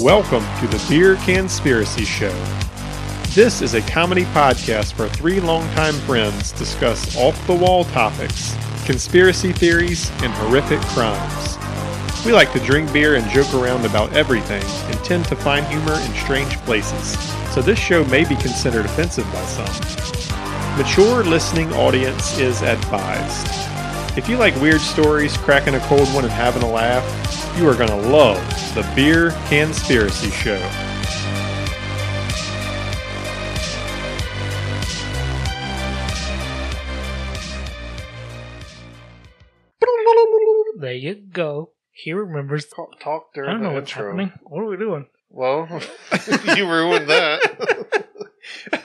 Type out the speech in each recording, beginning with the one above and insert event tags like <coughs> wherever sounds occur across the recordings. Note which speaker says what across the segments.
Speaker 1: Welcome to the Beer Conspiracy Show. This is a comedy podcast where three longtime friends discuss off the wall topics, conspiracy theories, and horrific crimes. We like to drink beer and joke around about everything and tend to find humor in strange places, so this show may be considered offensive by some. Mature listening audience is advised. If you like weird stories, cracking a cold one, and having a laugh, you are going to love the Beer Conspiracy Show.
Speaker 2: There you go. He remembers.
Speaker 3: Talk, talk
Speaker 2: I
Speaker 3: during
Speaker 2: don't know
Speaker 3: the
Speaker 2: what's
Speaker 3: intro.
Speaker 2: happening. What are we doing?
Speaker 3: Well, <laughs> you ruined that.
Speaker 1: <laughs>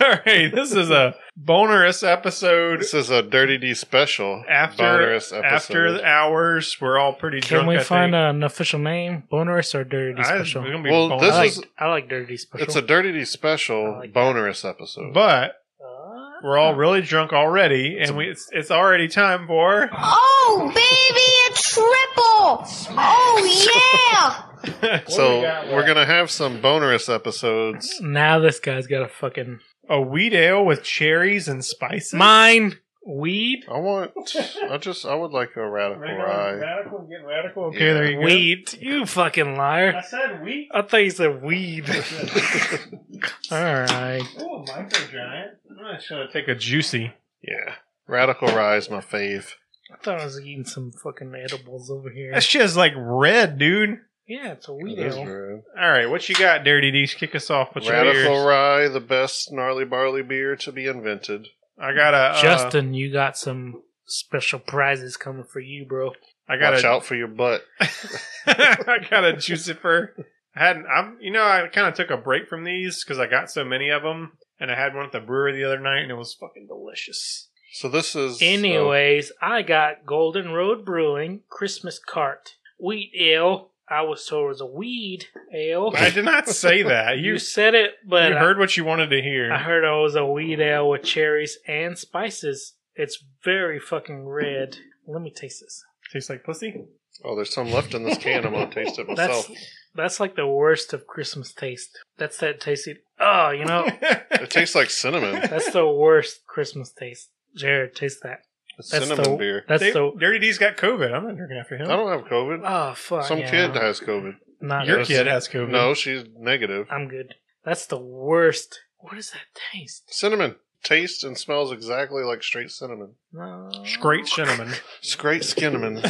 Speaker 1: All right, this is a bonus episode.
Speaker 3: this is a Dirty D special.
Speaker 1: After
Speaker 3: bonus episode.
Speaker 1: after the hours, we're all pretty
Speaker 2: Can
Speaker 1: drunk.
Speaker 2: we
Speaker 1: I
Speaker 2: find
Speaker 1: think.
Speaker 2: an official name? Bonerous or Dirty
Speaker 1: I-
Speaker 2: Special?
Speaker 1: we're
Speaker 2: I,
Speaker 1: gonna be
Speaker 3: Well,
Speaker 1: bonus.
Speaker 3: this
Speaker 2: like
Speaker 3: is-
Speaker 2: I like Dirty Special.
Speaker 3: it's a Dirty D special
Speaker 2: I like that.
Speaker 3: bonus episode.
Speaker 1: but
Speaker 2: Uh,
Speaker 1: we're all really drunk already, and we it's, it's already time for
Speaker 4: Oh, baby, a triple! <laughs> Oh, yeah!
Speaker 3: so
Speaker 1: we got
Speaker 3: we're gonna have some bonus episodes.
Speaker 2: now this guy's got a fucking
Speaker 1: a wheat ale with cherries and spices.
Speaker 2: mine weed.
Speaker 3: I want. I just. I would like a radical rye.
Speaker 1: Radical, getting radical. Okay,
Speaker 3: Yeah.
Speaker 1: there you go.
Speaker 2: Weed, you fucking liar!
Speaker 1: said wheat.
Speaker 2: I thought you said weed.
Speaker 1: <laughs>
Speaker 2: All right,
Speaker 1: Oh, micro giant. I'm gonna try to take a juicy.
Speaker 3: Yeah, radical rye is my fave.
Speaker 2: I thought I was eating some fucking edibles over here.
Speaker 1: That shit is like red, dude.
Speaker 2: Yeah, it's a weed
Speaker 3: It is
Speaker 2: ale.
Speaker 3: red.
Speaker 1: All right, what you got, Dirty D's? Kick us off with your
Speaker 3: Radical
Speaker 1: beers.
Speaker 3: rye, the best gnarly barley beer to be invented.
Speaker 1: I got a uh,
Speaker 2: Justin, you got some special prizes coming for you, bro.
Speaker 1: I got
Speaker 3: Watch
Speaker 1: a.
Speaker 3: out for your butt.
Speaker 1: <laughs> I got a Jucifer. I hadn't. I'm. You know, I kind of took a break from these because I got so many of them, and I had one at the brewery the other night, and it was fucking delicious.
Speaker 3: So this is
Speaker 2: Anyways, I got Golden Road Brewing Christmas Cart Wheat Ale. I was told it was a weed ale.
Speaker 1: I
Speaker 3: <laughs>
Speaker 1: did not say that. You.
Speaker 2: you
Speaker 1: you
Speaker 2: said it, but I-
Speaker 1: heard what you wanted to hear.
Speaker 2: I, heard it was a weed ale with cherries and spices. It's very fucking red. Let me taste this.
Speaker 1: Tastes like pussy.
Speaker 3: Oh, there's some left in this can. I'm gonna taste it myself.
Speaker 2: That's that's like the worst of Christmas taste. That's that tasty. Oh, you know,
Speaker 1: <laughs>
Speaker 3: It tastes
Speaker 2: <laughs>
Speaker 3: like cinnamon.
Speaker 2: that's the worst Christmas taste. Jared, taste that.
Speaker 3: It's
Speaker 2: That's
Speaker 3: cinnamon
Speaker 2: the,
Speaker 3: beer.
Speaker 2: That's
Speaker 1: They-
Speaker 2: the.
Speaker 1: Dirty D's got COVID. I'm not drinking after
Speaker 3: I
Speaker 1: him.
Speaker 3: don't have COVID.
Speaker 2: Oh fuck!
Speaker 3: Some
Speaker 2: yeah. Mm-hmm.
Speaker 3: kid uh, has COVID.
Speaker 2: Not
Speaker 1: Your
Speaker 2: this.
Speaker 1: kid has COVID.
Speaker 3: No, she's negative.
Speaker 2: I'm good. That's the worst. What does that taste?
Speaker 3: Cinnamon tastes and smells exactly like straight cinnamon.
Speaker 2: No.
Speaker 3: <laughs>
Speaker 1: Straight cinnamon.
Speaker 2: <laughs>
Speaker 3: Straight cinnamon.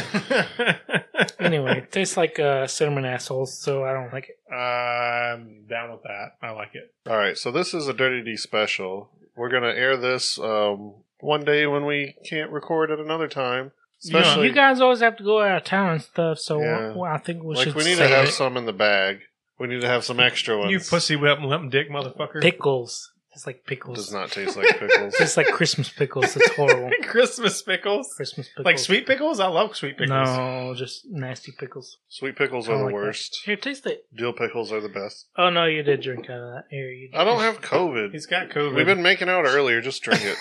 Speaker 2: Anyway, it tastes like uh, cinnamon assholes, so I don't like it.
Speaker 1: I'm down with that. I like it.
Speaker 3: All right, so this is a Dirty D special. We're gonna air this um, one day when we can't record at another time.
Speaker 1: You know,
Speaker 3: Especially
Speaker 2: you guys always have to go out of town and stuff, so
Speaker 3: Yeah.
Speaker 2: well, I think we
Speaker 3: like
Speaker 2: should
Speaker 3: we need to
Speaker 2: save
Speaker 3: have
Speaker 2: it.
Speaker 3: some in the bag. We need to have some extra ones.
Speaker 1: You pussy whip limp dick motherfucker.
Speaker 2: pickles. It's like
Speaker 3: Does
Speaker 2: pickles.
Speaker 3: not taste like
Speaker 2: <laughs>
Speaker 3: pickles.
Speaker 2: It's like Christmas pickles. It's
Speaker 3: <laughs>
Speaker 2: horrible.
Speaker 1: <laughs> Christmas pickles.
Speaker 2: Christmas pickles.
Speaker 1: Like sweet pickles? I love sweet pickles.
Speaker 2: No, just nasty pickles.
Speaker 3: Sweet pickles
Speaker 2: I
Speaker 3: are
Speaker 2: don't
Speaker 3: the
Speaker 2: like that.
Speaker 3: worst.
Speaker 2: Here, taste it.
Speaker 3: Dill pickles are the best.
Speaker 2: Oh no, you did drink out of that. Here, you.
Speaker 3: I
Speaker 2: <laughs>
Speaker 3: don't have COVID.
Speaker 1: He's got COVID.
Speaker 3: We've been making out earlier. Just drink it.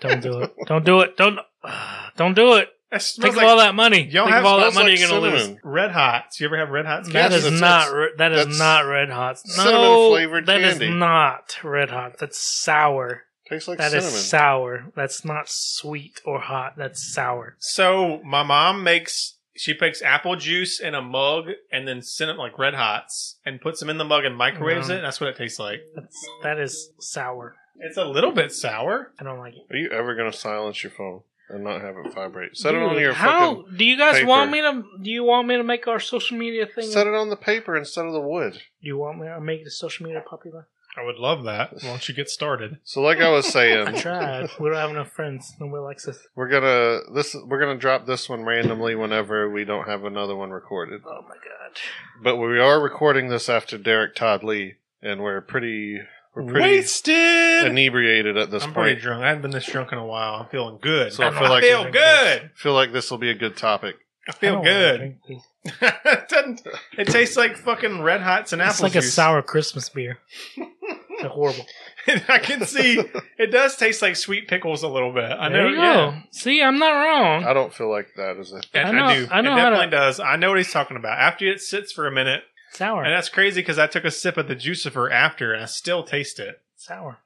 Speaker 2: Don't do
Speaker 3: <laughs>
Speaker 2: it. Don't do it. Don't. <sighs> don't do it.
Speaker 1: That
Speaker 2: Think
Speaker 1: smells
Speaker 2: of all
Speaker 1: like
Speaker 2: that money.
Speaker 1: Y'all
Speaker 2: Think
Speaker 1: have-
Speaker 2: of all that
Speaker 3: smells
Speaker 2: money
Speaker 3: like
Speaker 2: you're gonna lose.
Speaker 3: cinnamon.
Speaker 1: Red Hots. You ever have Red Hots?
Speaker 2: That
Speaker 3: Yes,
Speaker 2: is
Speaker 3: it's-
Speaker 2: not
Speaker 3: it's-
Speaker 2: re- that is
Speaker 3: that's
Speaker 2: not red hots. No,
Speaker 3: cinnamon-flavored
Speaker 2: that is
Speaker 3: candy.
Speaker 2: not red hot. That's sour.
Speaker 3: Tastes like
Speaker 2: That is
Speaker 3: cinnamon.
Speaker 2: sour. That's not sweet or hot. That's sour.
Speaker 1: So my mom makes she makes apple juice in a mug and then cinnamon like Red Hots and puts them in the mug and microwaves
Speaker 2: No.
Speaker 1: it. And that's what it tastes like.
Speaker 2: That's that is sour.
Speaker 1: It's a little bit sour.
Speaker 2: I don't like it.
Speaker 3: Are you ever gonna silence your phone and not have it vibrate? Set it
Speaker 2: Dude,
Speaker 3: on your
Speaker 2: how
Speaker 3: fucking.
Speaker 2: do you guys want me
Speaker 3: paper.
Speaker 2: to? Do you want me to make our social media thing?
Speaker 3: Set
Speaker 2: do
Speaker 3: it on the paper instead of the wood.
Speaker 2: you want me to make the social media popular?
Speaker 1: I would love that. Why don't you get started?
Speaker 3: So, like I
Speaker 2: <laughs>
Speaker 3: was
Speaker 2: I
Speaker 3: saying,
Speaker 2: tried. we don't have enough friends. Nobody likes us.
Speaker 3: we're gonna this we're gonna drop this one randomly whenever we don't have another one recorded.
Speaker 2: Oh my god.
Speaker 3: But we are recording this after Derek Todd Lee, and we're pretty we're pretty
Speaker 1: Wasted.
Speaker 3: inebriated at this
Speaker 1: I'm pretty
Speaker 3: point.
Speaker 1: drunk. I haven't been this drunk in a while. I'm feeling good.
Speaker 3: So I
Speaker 1: I
Speaker 3: feel like-
Speaker 1: feel good.
Speaker 3: Feel like this will be a good topic.
Speaker 1: I
Speaker 2: I
Speaker 1: feel
Speaker 2: don't wanna
Speaker 1: good.
Speaker 2: drink these.
Speaker 1: it, <laughs> doesn't- it tastes like fucking Red Hots and apple
Speaker 2: It's like
Speaker 1: juice.
Speaker 2: a sour Christmas
Speaker 3: <laughs>
Speaker 2: beer. It's horrible.
Speaker 1: <laughs> I can see it does taste like sweet pickles a little bit. I
Speaker 2: there
Speaker 1: know.
Speaker 2: you go.
Speaker 1: yeah.
Speaker 2: See, I'm not wrong.
Speaker 3: Uh, I don't feel like that is a
Speaker 1: And
Speaker 2: I know-
Speaker 1: I do.
Speaker 2: I know
Speaker 1: it
Speaker 2: how to-
Speaker 1: definitely does. I know what he's talking about. After it sits for a minute,
Speaker 2: Sour.
Speaker 1: And that's crazy because I took a sip of the juicifer after and I still taste it.
Speaker 2: sour.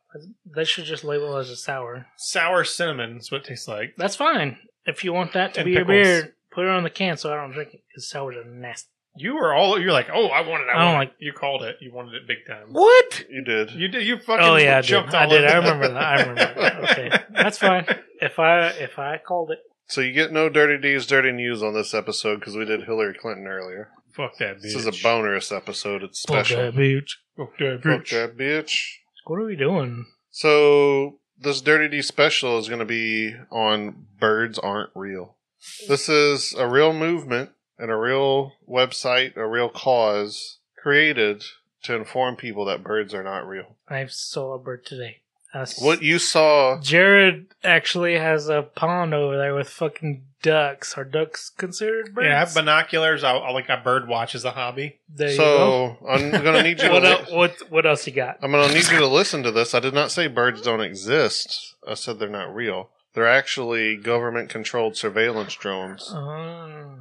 Speaker 2: They should just label it as a sour.
Speaker 1: Sour cinnamon is what it tastes like.
Speaker 2: That's fine. If you want that to
Speaker 1: And
Speaker 2: be
Speaker 1: pickles.
Speaker 2: your beer, put it on the can so I don't drink it because sours are nasty.
Speaker 1: You were all you're like, oh, I wanted. I,
Speaker 2: I don't
Speaker 1: wanted.
Speaker 2: like-
Speaker 1: You called it. You wanted it big time.
Speaker 2: What?
Speaker 3: You did.
Speaker 1: You did. You fucking.
Speaker 2: Oh yeah, I did.
Speaker 1: jumped
Speaker 2: I
Speaker 1: all
Speaker 2: did.
Speaker 1: over
Speaker 2: I
Speaker 1: that.
Speaker 2: remember that. I remember.
Speaker 1: <laughs>
Speaker 2: That. Okay, that's fine. If I if I called it,
Speaker 3: so you get no dirty D's, dirty news on this episode because we did Hillary Clinton earlier.
Speaker 1: Fuck that bitch.
Speaker 3: This is a bonus episode. It's special.
Speaker 2: Fuck that bitch.
Speaker 1: Fuck that
Speaker 3: Fuck
Speaker 1: bitch.
Speaker 3: that bitch.
Speaker 2: What are we doing?
Speaker 3: So this Dirty D special is going to be on birds aren't real. This is a real movement and a real website, a real cause created to inform people that birds are not real.
Speaker 2: I saw a bird today. I s-
Speaker 3: What you saw,
Speaker 2: Jared actually has a pond over there with fucking ducks. Are ducks considered birds?
Speaker 1: Yeah, I have binoculars. I, I like I bird watch as a hobby.
Speaker 2: there you go.
Speaker 3: so I'm going to need
Speaker 2: <laughs>
Speaker 3: you. to
Speaker 2: What,
Speaker 3: li-
Speaker 1: <laughs>
Speaker 2: el- what what else you got?
Speaker 3: I'm going to need you to listen to this. I did not say birds don't exist. I said they're not real. They're actually government-controlled surveillance drones,
Speaker 2: Oh.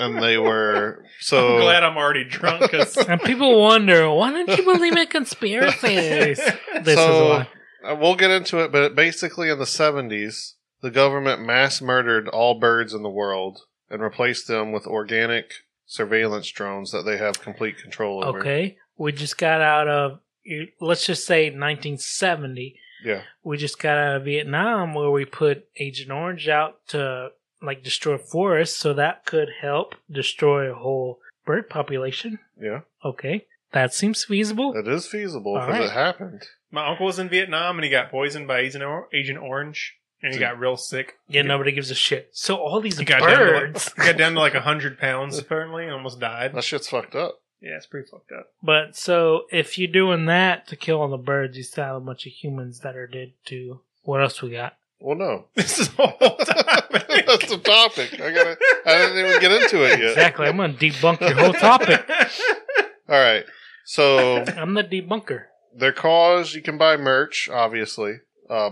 Speaker 3: and they
Speaker 2: <laughs>
Speaker 3: were so.
Speaker 1: I'm glad I'm already drunk because
Speaker 2: And people wonder, why don't you believe in conspiracies? This
Speaker 3: So-
Speaker 2: is why.
Speaker 3: Uh, we'll get into it, but basically in the 70s, the government mass murdered all birds in the world and replaced them with organic surveillance drones that they have complete control over.
Speaker 2: Okay, we just got out of, you- let's just say 1970.
Speaker 3: Yeah.
Speaker 2: We just got out of Vietnam where we put Agent Orange out to like destroy forests, so that could help destroy a whole bird population.
Speaker 3: Yeah.
Speaker 2: Okay, that seems feasible.
Speaker 3: It is feasible
Speaker 2: All
Speaker 3: because
Speaker 2: right.
Speaker 3: it happened.
Speaker 1: my uncle was in Vietnam and he got poisoned by Agent, or- Agent Orange and he got real sick.
Speaker 2: yeah, nobody gives a shit. So all these
Speaker 1: He got, down to,
Speaker 2: birds,
Speaker 1: like- he got down to like hundred pounds apparently and almost died.
Speaker 3: That shit's fucked up.
Speaker 1: Yeah, it's pretty fucked up. <laughs>
Speaker 2: But so if you're doing that to kill all the birds, you still have a bunch of humans that are dead too. What else we got?
Speaker 3: Well, no. <laughs>
Speaker 1: This is
Speaker 2: <laughs>
Speaker 1: the whole
Speaker 3: That's the topic. I gotta. I didn't even get into it yet.
Speaker 2: Exactly. I'm gonna debunk your
Speaker 1: <laughs>
Speaker 2: whole topic.
Speaker 3: All right. So
Speaker 2: I'm the debunker.
Speaker 3: their cause you can buy merch obviously uh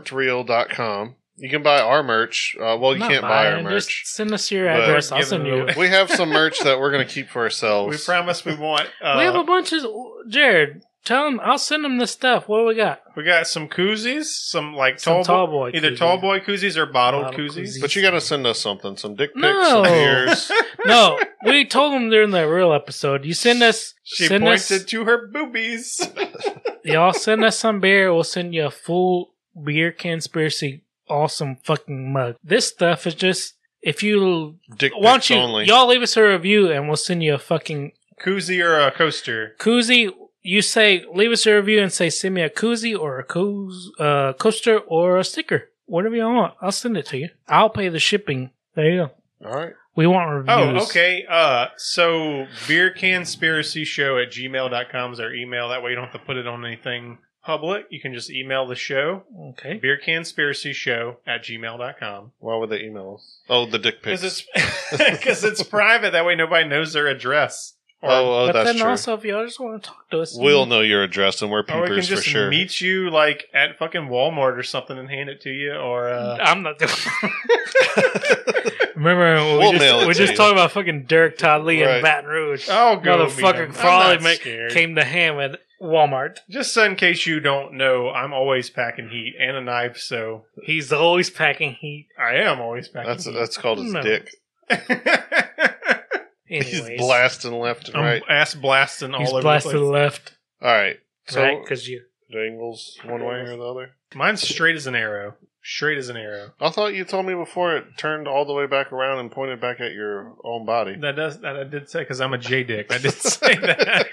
Speaker 3: birdsaren'treal.com you can buy our merch uh well you
Speaker 2: Not
Speaker 3: can't buy our
Speaker 2: mine.
Speaker 3: merch
Speaker 2: Just send us your
Speaker 3: But-
Speaker 2: address. I'll
Speaker 1: Give
Speaker 2: send
Speaker 1: it
Speaker 2: you.
Speaker 1: away.
Speaker 3: we have some merch that we're gonna
Speaker 2: <laughs>
Speaker 3: keep for ourselves
Speaker 1: we promise we want. Uh,
Speaker 2: we have a bunch of Jared. Tell him I'll send him this stuff. What do we got?
Speaker 1: We got some koozies, some like
Speaker 2: Some
Speaker 1: tall,
Speaker 2: tall
Speaker 1: boy,
Speaker 2: boy
Speaker 1: either
Speaker 2: koozies.
Speaker 1: tall boy koozies or bottled
Speaker 2: Bottled
Speaker 1: koozies.
Speaker 2: koozies.
Speaker 3: but you gotta send us something some dick pics
Speaker 2: No.
Speaker 3: some
Speaker 2: <laughs>
Speaker 3: beers
Speaker 1: <laughs>
Speaker 2: No, we told him during the real episode. You send us.
Speaker 1: She
Speaker 2: send
Speaker 1: pointed
Speaker 2: us,
Speaker 1: to her boobies. <laughs>
Speaker 2: y'all send us some beer. We'll send you a full beer conspiracy awesome fucking mug. This stuff is just if you
Speaker 3: dick
Speaker 2: Why
Speaker 3: pics
Speaker 2: don't you
Speaker 3: only
Speaker 2: y'all leave us a review and we'll send you a fucking
Speaker 1: Koozie or a coaster?
Speaker 2: koozie. You say leave us a review and say send me a koozie or a coos, uh, coaster or a sticker, whatever you want. I'll send it to you. I'll pay the shipping. There you go.
Speaker 3: all right
Speaker 2: We want reviews.
Speaker 1: Oh, okay. Uh, so beer conspiracy show at gmail.com is our email. That way you don't have to put it on anything public. You can just email the show.
Speaker 2: okay.
Speaker 1: Beer conspiracy show at gmail.com.
Speaker 3: why would they email us oh the dick pics
Speaker 1: Because it's,
Speaker 3: <laughs>
Speaker 1: 'cause it's <laughs> private. That way nobody knows their address. Or,
Speaker 3: oh, oh
Speaker 2: but
Speaker 3: that's
Speaker 2: then
Speaker 3: true
Speaker 2: also, Oh, if y'all just want to talk to us,
Speaker 3: we'll know your address and we're
Speaker 1: or we can
Speaker 3: peepers for
Speaker 1: just
Speaker 3: sure
Speaker 1: meet you like at fucking Walmart or something and hand it to you. Or
Speaker 3: <laughs>
Speaker 1: uh,
Speaker 2: I'm not.
Speaker 1: <laughs>
Speaker 2: doing Remember, we
Speaker 3: We'll
Speaker 2: just,
Speaker 3: mail it
Speaker 2: we're
Speaker 3: to
Speaker 2: just
Speaker 3: you.
Speaker 2: talking about fucking Dirk Todd Lee
Speaker 3: Right.
Speaker 2: and Baton Rouge.
Speaker 1: oh, go meet
Speaker 2: Motherfucker,
Speaker 1: him. I'm
Speaker 2: Crawley
Speaker 1: not
Speaker 2: make-
Speaker 1: scared.
Speaker 2: Came to ham at Walmart.
Speaker 1: Just so in case you don't know, I'm always packing heat and a knife, so
Speaker 2: He's always packing heat.
Speaker 1: I am always packing
Speaker 3: that's
Speaker 1: heat.
Speaker 3: that's called his
Speaker 2: No.
Speaker 3: dick <laughs>
Speaker 2: Anyways, Um,
Speaker 3: he's blasting left and
Speaker 1: <laughs> I'm
Speaker 3: right
Speaker 1: ass blasting all
Speaker 2: He's
Speaker 1: over
Speaker 2: blasted
Speaker 1: the
Speaker 2: to the
Speaker 1: place.
Speaker 2: left,
Speaker 3: all right so
Speaker 2: right? Because you.
Speaker 3: it angles one way or the other
Speaker 1: Mine's straight as an arrow. Straight as an arrow.
Speaker 3: I thought you told me before it turned all the way back around and pointed back at your own body. <laughs>
Speaker 1: That does that I did say because I'm a J dick. I did say that.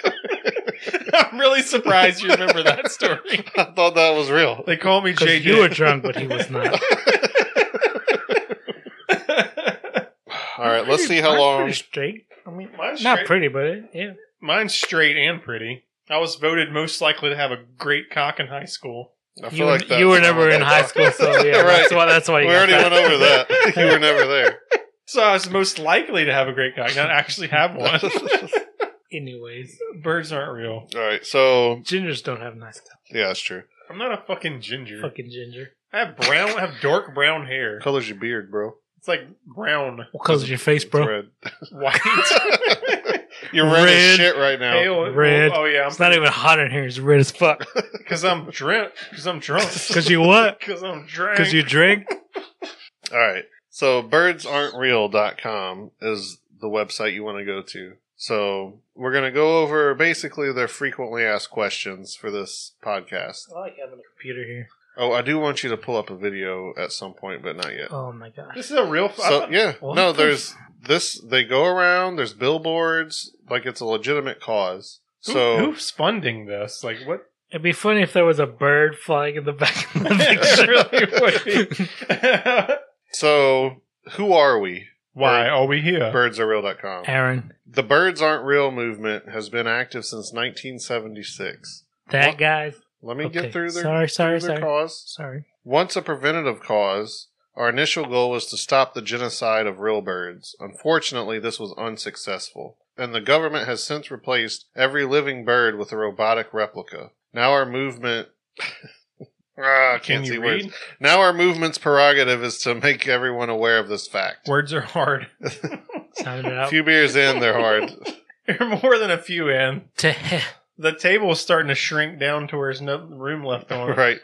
Speaker 1: <laughs> I'm really surprised you remember that story.
Speaker 3: I thought that was
Speaker 1: <laughs>
Speaker 3: real.
Speaker 1: They call me
Speaker 2: <laughs>
Speaker 1: J
Speaker 2: Because you were
Speaker 1: dick.
Speaker 2: drunk, but he was not.
Speaker 3: All right, <laughs> let's see how
Speaker 2: Mine's
Speaker 3: long.
Speaker 2: Pretty straight. I mean,
Speaker 1: Mine's
Speaker 2: not
Speaker 1: straight,
Speaker 2: pretty, but it, yeah.
Speaker 1: mine's straight and pretty. I was voted most likely to have a great cock in high school.
Speaker 3: I feel
Speaker 2: You,
Speaker 3: like
Speaker 2: were,
Speaker 3: that's
Speaker 2: you were
Speaker 3: all
Speaker 2: never
Speaker 3: I
Speaker 2: in high
Speaker 3: got.
Speaker 2: school,
Speaker 3: <laughs>
Speaker 2: so yeah.
Speaker 3: Right.
Speaker 2: That's why. That's why
Speaker 3: We
Speaker 2: you got
Speaker 3: already
Speaker 2: that.
Speaker 3: went over that. You were never there.
Speaker 1: So I was most likely to have a great cock, not actually
Speaker 3: <laughs>
Speaker 1: have one.
Speaker 2: <laughs> Anyways,
Speaker 1: Birds aren't real.
Speaker 3: All right, so
Speaker 2: gingers don't have nice stuff.
Speaker 3: yeah, that's true.
Speaker 1: I'm not a fucking ginger.
Speaker 2: Fucking ginger.
Speaker 1: I have brown. I have dark brown hair.
Speaker 3: Colors your beard, bro.
Speaker 1: It's like brown, <laughs>
Speaker 2: What color's your face,
Speaker 3: It's
Speaker 2: bro?
Speaker 3: red.
Speaker 1: white.
Speaker 3: <laughs> You're red,
Speaker 2: Red,
Speaker 3: as shit right now.
Speaker 1: Pale-
Speaker 2: Red.
Speaker 1: Oh yeah,
Speaker 2: It's
Speaker 1: <laughs>
Speaker 2: not even hot in here. It's red as
Speaker 3: <laughs>
Speaker 2: fuck.
Speaker 1: because I'm drunk. Because I'm
Speaker 2: <laughs>
Speaker 1: drunk.
Speaker 2: Because you
Speaker 1: <laughs>
Speaker 2: what?
Speaker 1: Because I'm drunk.
Speaker 2: Because you drink?
Speaker 3: All right. So birdsaren'treal.com is the website you want to go to. So we're going to go over basically their frequently asked questions for this podcast.
Speaker 2: I like having a computer here.
Speaker 3: Oh, I do want you to pull up a video at some point, but not yet.
Speaker 2: Oh my god.
Speaker 1: This is a real. I
Speaker 3: So
Speaker 1: <laughs> thought- Oh,
Speaker 3: yeah,
Speaker 2: What
Speaker 3: no,
Speaker 2: the-
Speaker 3: there's this. They go around. There's billboards. Like it's a legitimate cause.
Speaker 1: who-
Speaker 3: So
Speaker 1: who's funding this? Like what?
Speaker 2: <laughs>
Speaker 1: <laughs>
Speaker 2: It'd be funny if there was a bird flying in the back
Speaker 3: <laughs>
Speaker 2: of the picture.
Speaker 1: It really would be.
Speaker 3: so who are we?
Speaker 1: <laughs> Why are we here?
Speaker 3: Birdsarereal.com.
Speaker 2: Aaron,
Speaker 3: The Birds Aren't Real movement has been active since 1976.
Speaker 2: that
Speaker 3: What?
Speaker 2: guy.
Speaker 3: Let me
Speaker 2: Okay.
Speaker 3: get through their,
Speaker 2: Sorry, sorry,
Speaker 3: through their
Speaker 2: sorry.
Speaker 3: cause. <laughs>
Speaker 2: Sorry.
Speaker 3: Once a preventative cause, our initial goal was to stop the genocide of real birds. Unfortunately, this was unsuccessful, and the government has since replaced every living bird with a robotic replica. Now our movement. <laughs> Ah, I can't
Speaker 1: Can you
Speaker 3: see
Speaker 1: read?
Speaker 3: words. Now our movement's prerogative is to make everyone aware of this fact.
Speaker 1: <laughs> Words
Speaker 3: <laughs>
Speaker 1: are hard. <laughs>
Speaker 2: Sounded it
Speaker 3: A
Speaker 2: out.
Speaker 3: few beers in, they're hard.
Speaker 1: You're more than a few in.
Speaker 2: <laughs> to hell.
Speaker 1: The table's starting to shrink down to where there's no room left on <laughs> it.
Speaker 3: right.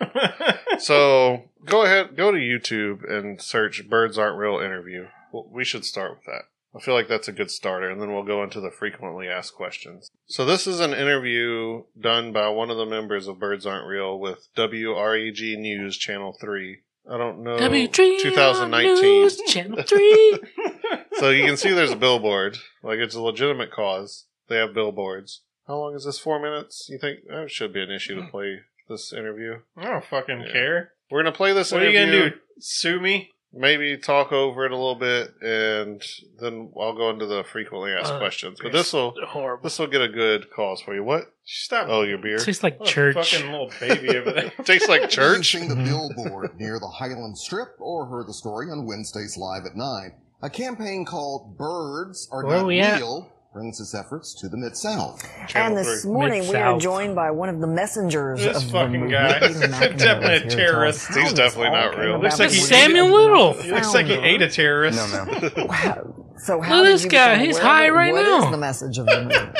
Speaker 3: So go ahead, go to YouTube and search "Birds Aren't Real" interview. Well, we should start with that. I feel like that's a good starter, and then we'll go into the frequently asked questions. So this is an interview done by one of the members of Birds Aren't Real with WREG News Channel Three. I don't know.
Speaker 2: W3
Speaker 3: 2019.
Speaker 2: News Channel
Speaker 3: <laughs>
Speaker 2: 3.
Speaker 3: so you can see there's a billboard. Like it's a legitimate cause. They have billboards. How long is this? Four minutes? You think that should be an issue to play this interview?
Speaker 1: I don't fucking
Speaker 3: Yeah.
Speaker 1: care.
Speaker 3: We're gonna play this.
Speaker 1: What are you
Speaker 3: interview.
Speaker 1: gonna do? Sue me?
Speaker 3: maybe talk over it a little bit and then I'll go into the frequently asked
Speaker 2: Uh,
Speaker 3: questions. But this will
Speaker 2: Horrible.
Speaker 3: this will get a good cause for you. What?
Speaker 1: Stop.
Speaker 3: Oh, your beer.
Speaker 2: Tastes like
Speaker 1: What a
Speaker 2: church.
Speaker 1: Fucking little baby over there.
Speaker 3: <laughs> Tastes like
Speaker 4: <laughs>
Speaker 3: church. Mm-hmm.
Speaker 5: Using the billboard near the Highland Strip or heard the story on Wednesdays Live at 9. A campaign called Birds Are
Speaker 2: Where
Speaker 5: Not
Speaker 2: we at?
Speaker 5: Real brings its efforts to the Mid South.
Speaker 3: Channel
Speaker 4: And this
Speaker 3: three.
Speaker 4: morning we are
Speaker 2: Mid-South.
Speaker 4: joined by one of the messengers
Speaker 1: This
Speaker 4: of
Speaker 1: fucking
Speaker 4: the movement, <laughs>
Speaker 1: guy.
Speaker 4: Peter McNamara,
Speaker 1: Definitely a
Speaker 4: who tells
Speaker 1: terrorist.
Speaker 4: how
Speaker 3: He's
Speaker 4: this
Speaker 3: definitely
Speaker 4: all
Speaker 3: not
Speaker 4: came
Speaker 3: real.
Speaker 4: about.
Speaker 1: Looks like
Speaker 4: The
Speaker 1: he-
Speaker 2: Samuel
Speaker 4: freedom
Speaker 2: Little.
Speaker 4: of the
Speaker 1: He looks like he
Speaker 4: founder.
Speaker 1: ate a terrorist.
Speaker 4: Wow. So
Speaker 2: Look
Speaker 4: how
Speaker 2: at
Speaker 4: did
Speaker 2: this
Speaker 4: you
Speaker 2: guy.
Speaker 4: become
Speaker 2: He's
Speaker 4: aware of
Speaker 2: high
Speaker 4: it?
Speaker 2: right
Speaker 4: What
Speaker 2: now.
Speaker 4: is the message of the movement?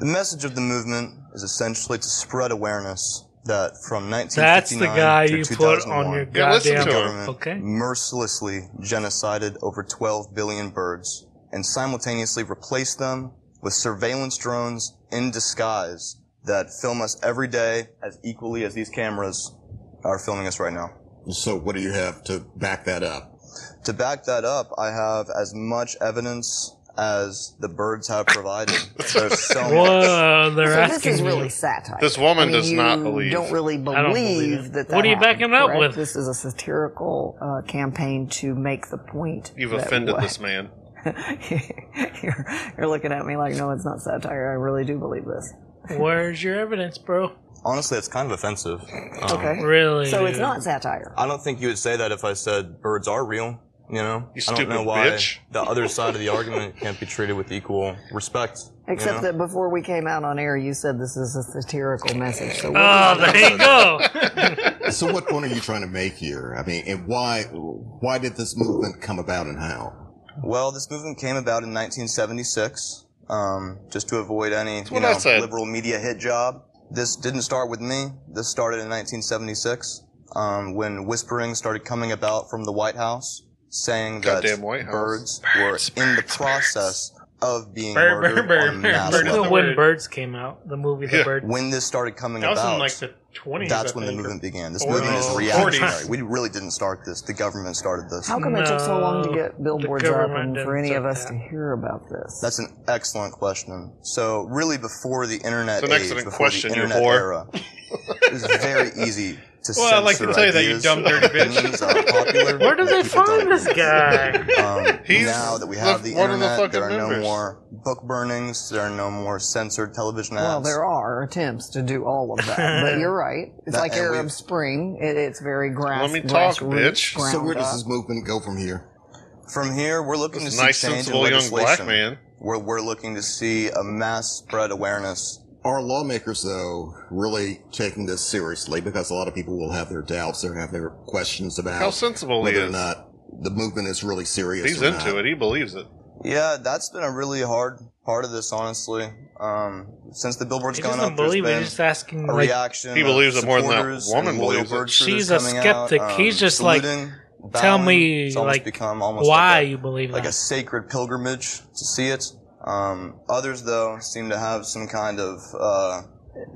Speaker 6: The message of the movement is essentially to spread awareness that from 1959
Speaker 2: That's the guy
Speaker 6: through
Speaker 2: you put
Speaker 6: 2001,
Speaker 2: on your
Speaker 3: Yeah, listen
Speaker 6: the
Speaker 3: to
Speaker 2: goddamn.
Speaker 3: him.
Speaker 6: government
Speaker 2: Okay.
Speaker 6: mercilessly genocided over 12 billion birds and simultaneously replaced them with surveillance drones in disguise that film us every day as equally as these cameras are filming us right now.
Speaker 5: So, what do you have to back that up?
Speaker 6: To back that up, I have as much evidence as the birds have provided. There's so much.
Speaker 2: Whoa, they're
Speaker 4: so this
Speaker 2: asking
Speaker 4: is
Speaker 2: me.
Speaker 4: really satire.
Speaker 3: This woman
Speaker 4: I mean,
Speaker 3: does not
Speaker 4: you
Speaker 3: believe.
Speaker 4: Don't really believe,
Speaker 2: don't believe it.
Speaker 4: that.
Speaker 2: What
Speaker 4: that
Speaker 2: are you backing
Speaker 4: happened,
Speaker 2: it up
Speaker 4: correct?
Speaker 2: with?
Speaker 4: This is a satirical uh, campaign to make the point.
Speaker 3: You've
Speaker 4: that
Speaker 3: offended
Speaker 4: what-
Speaker 3: this man.
Speaker 4: <laughs> you're, you're looking at me like, no, it's not satire. I really do believe this.
Speaker 2: Where's your evidence, bro?
Speaker 6: Honestly, it's kind of offensive. Um,
Speaker 4: Okay.
Speaker 2: Really?
Speaker 4: So it's
Speaker 2: dude.
Speaker 4: not satire.
Speaker 6: I don't think you would say that if I said birds are real. You know,
Speaker 3: You
Speaker 6: I don't know
Speaker 3: stupid
Speaker 6: why
Speaker 3: bitch.
Speaker 6: the other side of the argument can't be treated with equal respect. you
Speaker 4: Except
Speaker 6: know?
Speaker 4: that before we came out on air, you said this is a satirical message. So what
Speaker 2: Oh, there you
Speaker 3: <laughs>
Speaker 2: go.
Speaker 5: So, what point are you trying to make here? I mean, and why why did this movement come about and how?
Speaker 6: well, this movement came about in 1976, um, just to avoid any you
Speaker 3: what I
Speaker 6: know
Speaker 3: said.
Speaker 6: liberal media hit job. This didn't start with me. This started in 1976 um, when whispering started coming about from the White House, saying that
Speaker 3: Goddamn White House.
Speaker 6: birds were in the process of being
Speaker 1: Bird, bird,
Speaker 6: murdered
Speaker 1: bird,
Speaker 6: on a
Speaker 1: bird,
Speaker 6: mass
Speaker 1: bird.
Speaker 6: level.
Speaker 2: Look at when
Speaker 1: word.
Speaker 2: Birds came out, the movie The
Speaker 3: Yeah.
Speaker 2: Bird.
Speaker 6: when this started coming
Speaker 1: That was
Speaker 6: about,
Speaker 1: in like the 20s.
Speaker 6: that's
Speaker 1: I
Speaker 6: when the
Speaker 1: think, or-
Speaker 6: movement began. This
Speaker 1: or
Speaker 6: movement is
Speaker 1: the 40s.
Speaker 6: reactionary. We really didn't start this. The government started this.
Speaker 4: How come it took so long to
Speaker 2: No,
Speaker 4: get
Speaker 2: the
Speaker 4: billboards up
Speaker 2: government
Speaker 4: and for
Speaker 2: didn't
Speaker 4: any of
Speaker 2: do
Speaker 4: us
Speaker 2: that.
Speaker 4: to hear about this?
Speaker 6: That's an excellent question. So, really, before the internet
Speaker 3: It's an
Speaker 6: age,
Speaker 3: excellent
Speaker 6: before
Speaker 3: question,
Speaker 6: the
Speaker 3: you
Speaker 6: internet
Speaker 3: whore.
Speaker 6: era, it was
Speaker 3: <laughs>
Speaker 6: very easy to
Speaker 1: Well, I'd like
Speaker 6: censor
Speaker 1: to tell you that, you
Speaker 6: ideas,
Speaker 1: dumb
Speaker 6: <laughs>
Speaker 1: dirty bitch.
Speaker 6: opinions that are popular
Speaker 2: Where do
Speaker 6: that
Speaker 2: they
Speaker 6: people
Speaker 2: find
Speaker 6: don't
Speaker 2: this
Speaker 6: agree
Speaker 2: guy?
Speaker 6: Um,
Speaker 3: <laughs> He's
Speaker 6: now that we have the,
Speaker 3: the- one of the
Speaker 6: internet, there are
Speaker 3: fucking members.
Speaker 6: no more book burnings. There are no more censored television ads.
Speaker 4: Well, there are attempts to do all of
Speaker 2: <laughs>
Speaker 4: that, but you're right. It's
Speaker 6: That-
Speaker 4: like
Speaker 6: and
Speaker 4: Arab
Speaker 6: we've-
Speaker 4: Spring. It, it's very grass.
Speaker 3: Let me talk,
Speaker 4: grassroots,
Speaker 3: bitch.
Speaker 4: ground
Speaker 5: So, where
Speaker 4: up.
Speaker 5: does this movement go from here?
Speaker 6: From here, we're looking to
Speaker 3: This
Speaker 6: see
Speaker 3: nice,
Speaker 6: change in
Speaker 3: sensible young
Speaker 6: legislation.
Speaker 3: black man.
Speaker 6: We're, we're looking to see a mass spread awareness
Speaker 5: Are lawmakers, though, really taking this seriously? Because a lot of people will have their doubts or have their questions about
Speaker 3: How sensible he
Speaker 4: uh,
Speaker 5: whether or
Speaker 3: is.
Speaker 5: not the movement is really serious.
Speaker 3: He's
Speaker 5: or
Speaker 3: into
Speaker 5: not.
Speaker 3: it. He believes it.
Speaker 6: Yeah, that's been a really hard part of this, honestly. Um, since the billboard's
Speaker 2: He
Speaker 6: gone
Speaker 2: doesn't
Speaker 6: up,
Speaker 2: believe it.
Speaker 6: there's
Speaker 2: He's
Speaker 6: been
Speaker 2: just asking.
Speaker 6: a
Speaker 2: Like,
Speaker 6: reaction.
Speaker 3: He believes
Speaker 6: of
Speaker 3: it more than that
Speaker 6: supporters and
Speaker 3: woman
Speaker 6: loyal
Speaker 3: believes it.
Speaker 6: bird shooters
Speaker 2: She's a
Speaker 6: coming out,
Speaker 2: skeptic.
Speaker 6: um,
Speaker 2: He's just like,
Speaker 6: saluting,
Speaker 2: tell
Speaker 6: bowing.
Speaker 2: me,
Speaker 6: It's almost
Speaker 2: like,
Speaker 6: become almost
Speaker 2: why
Speaker 6: like a,
Speaker 2: you believe
Speaker 6: like a
Speaker 2: that?
Speaker 6: sacred pilgrimage to see it. Um, others, though, seem to have some kind of uh,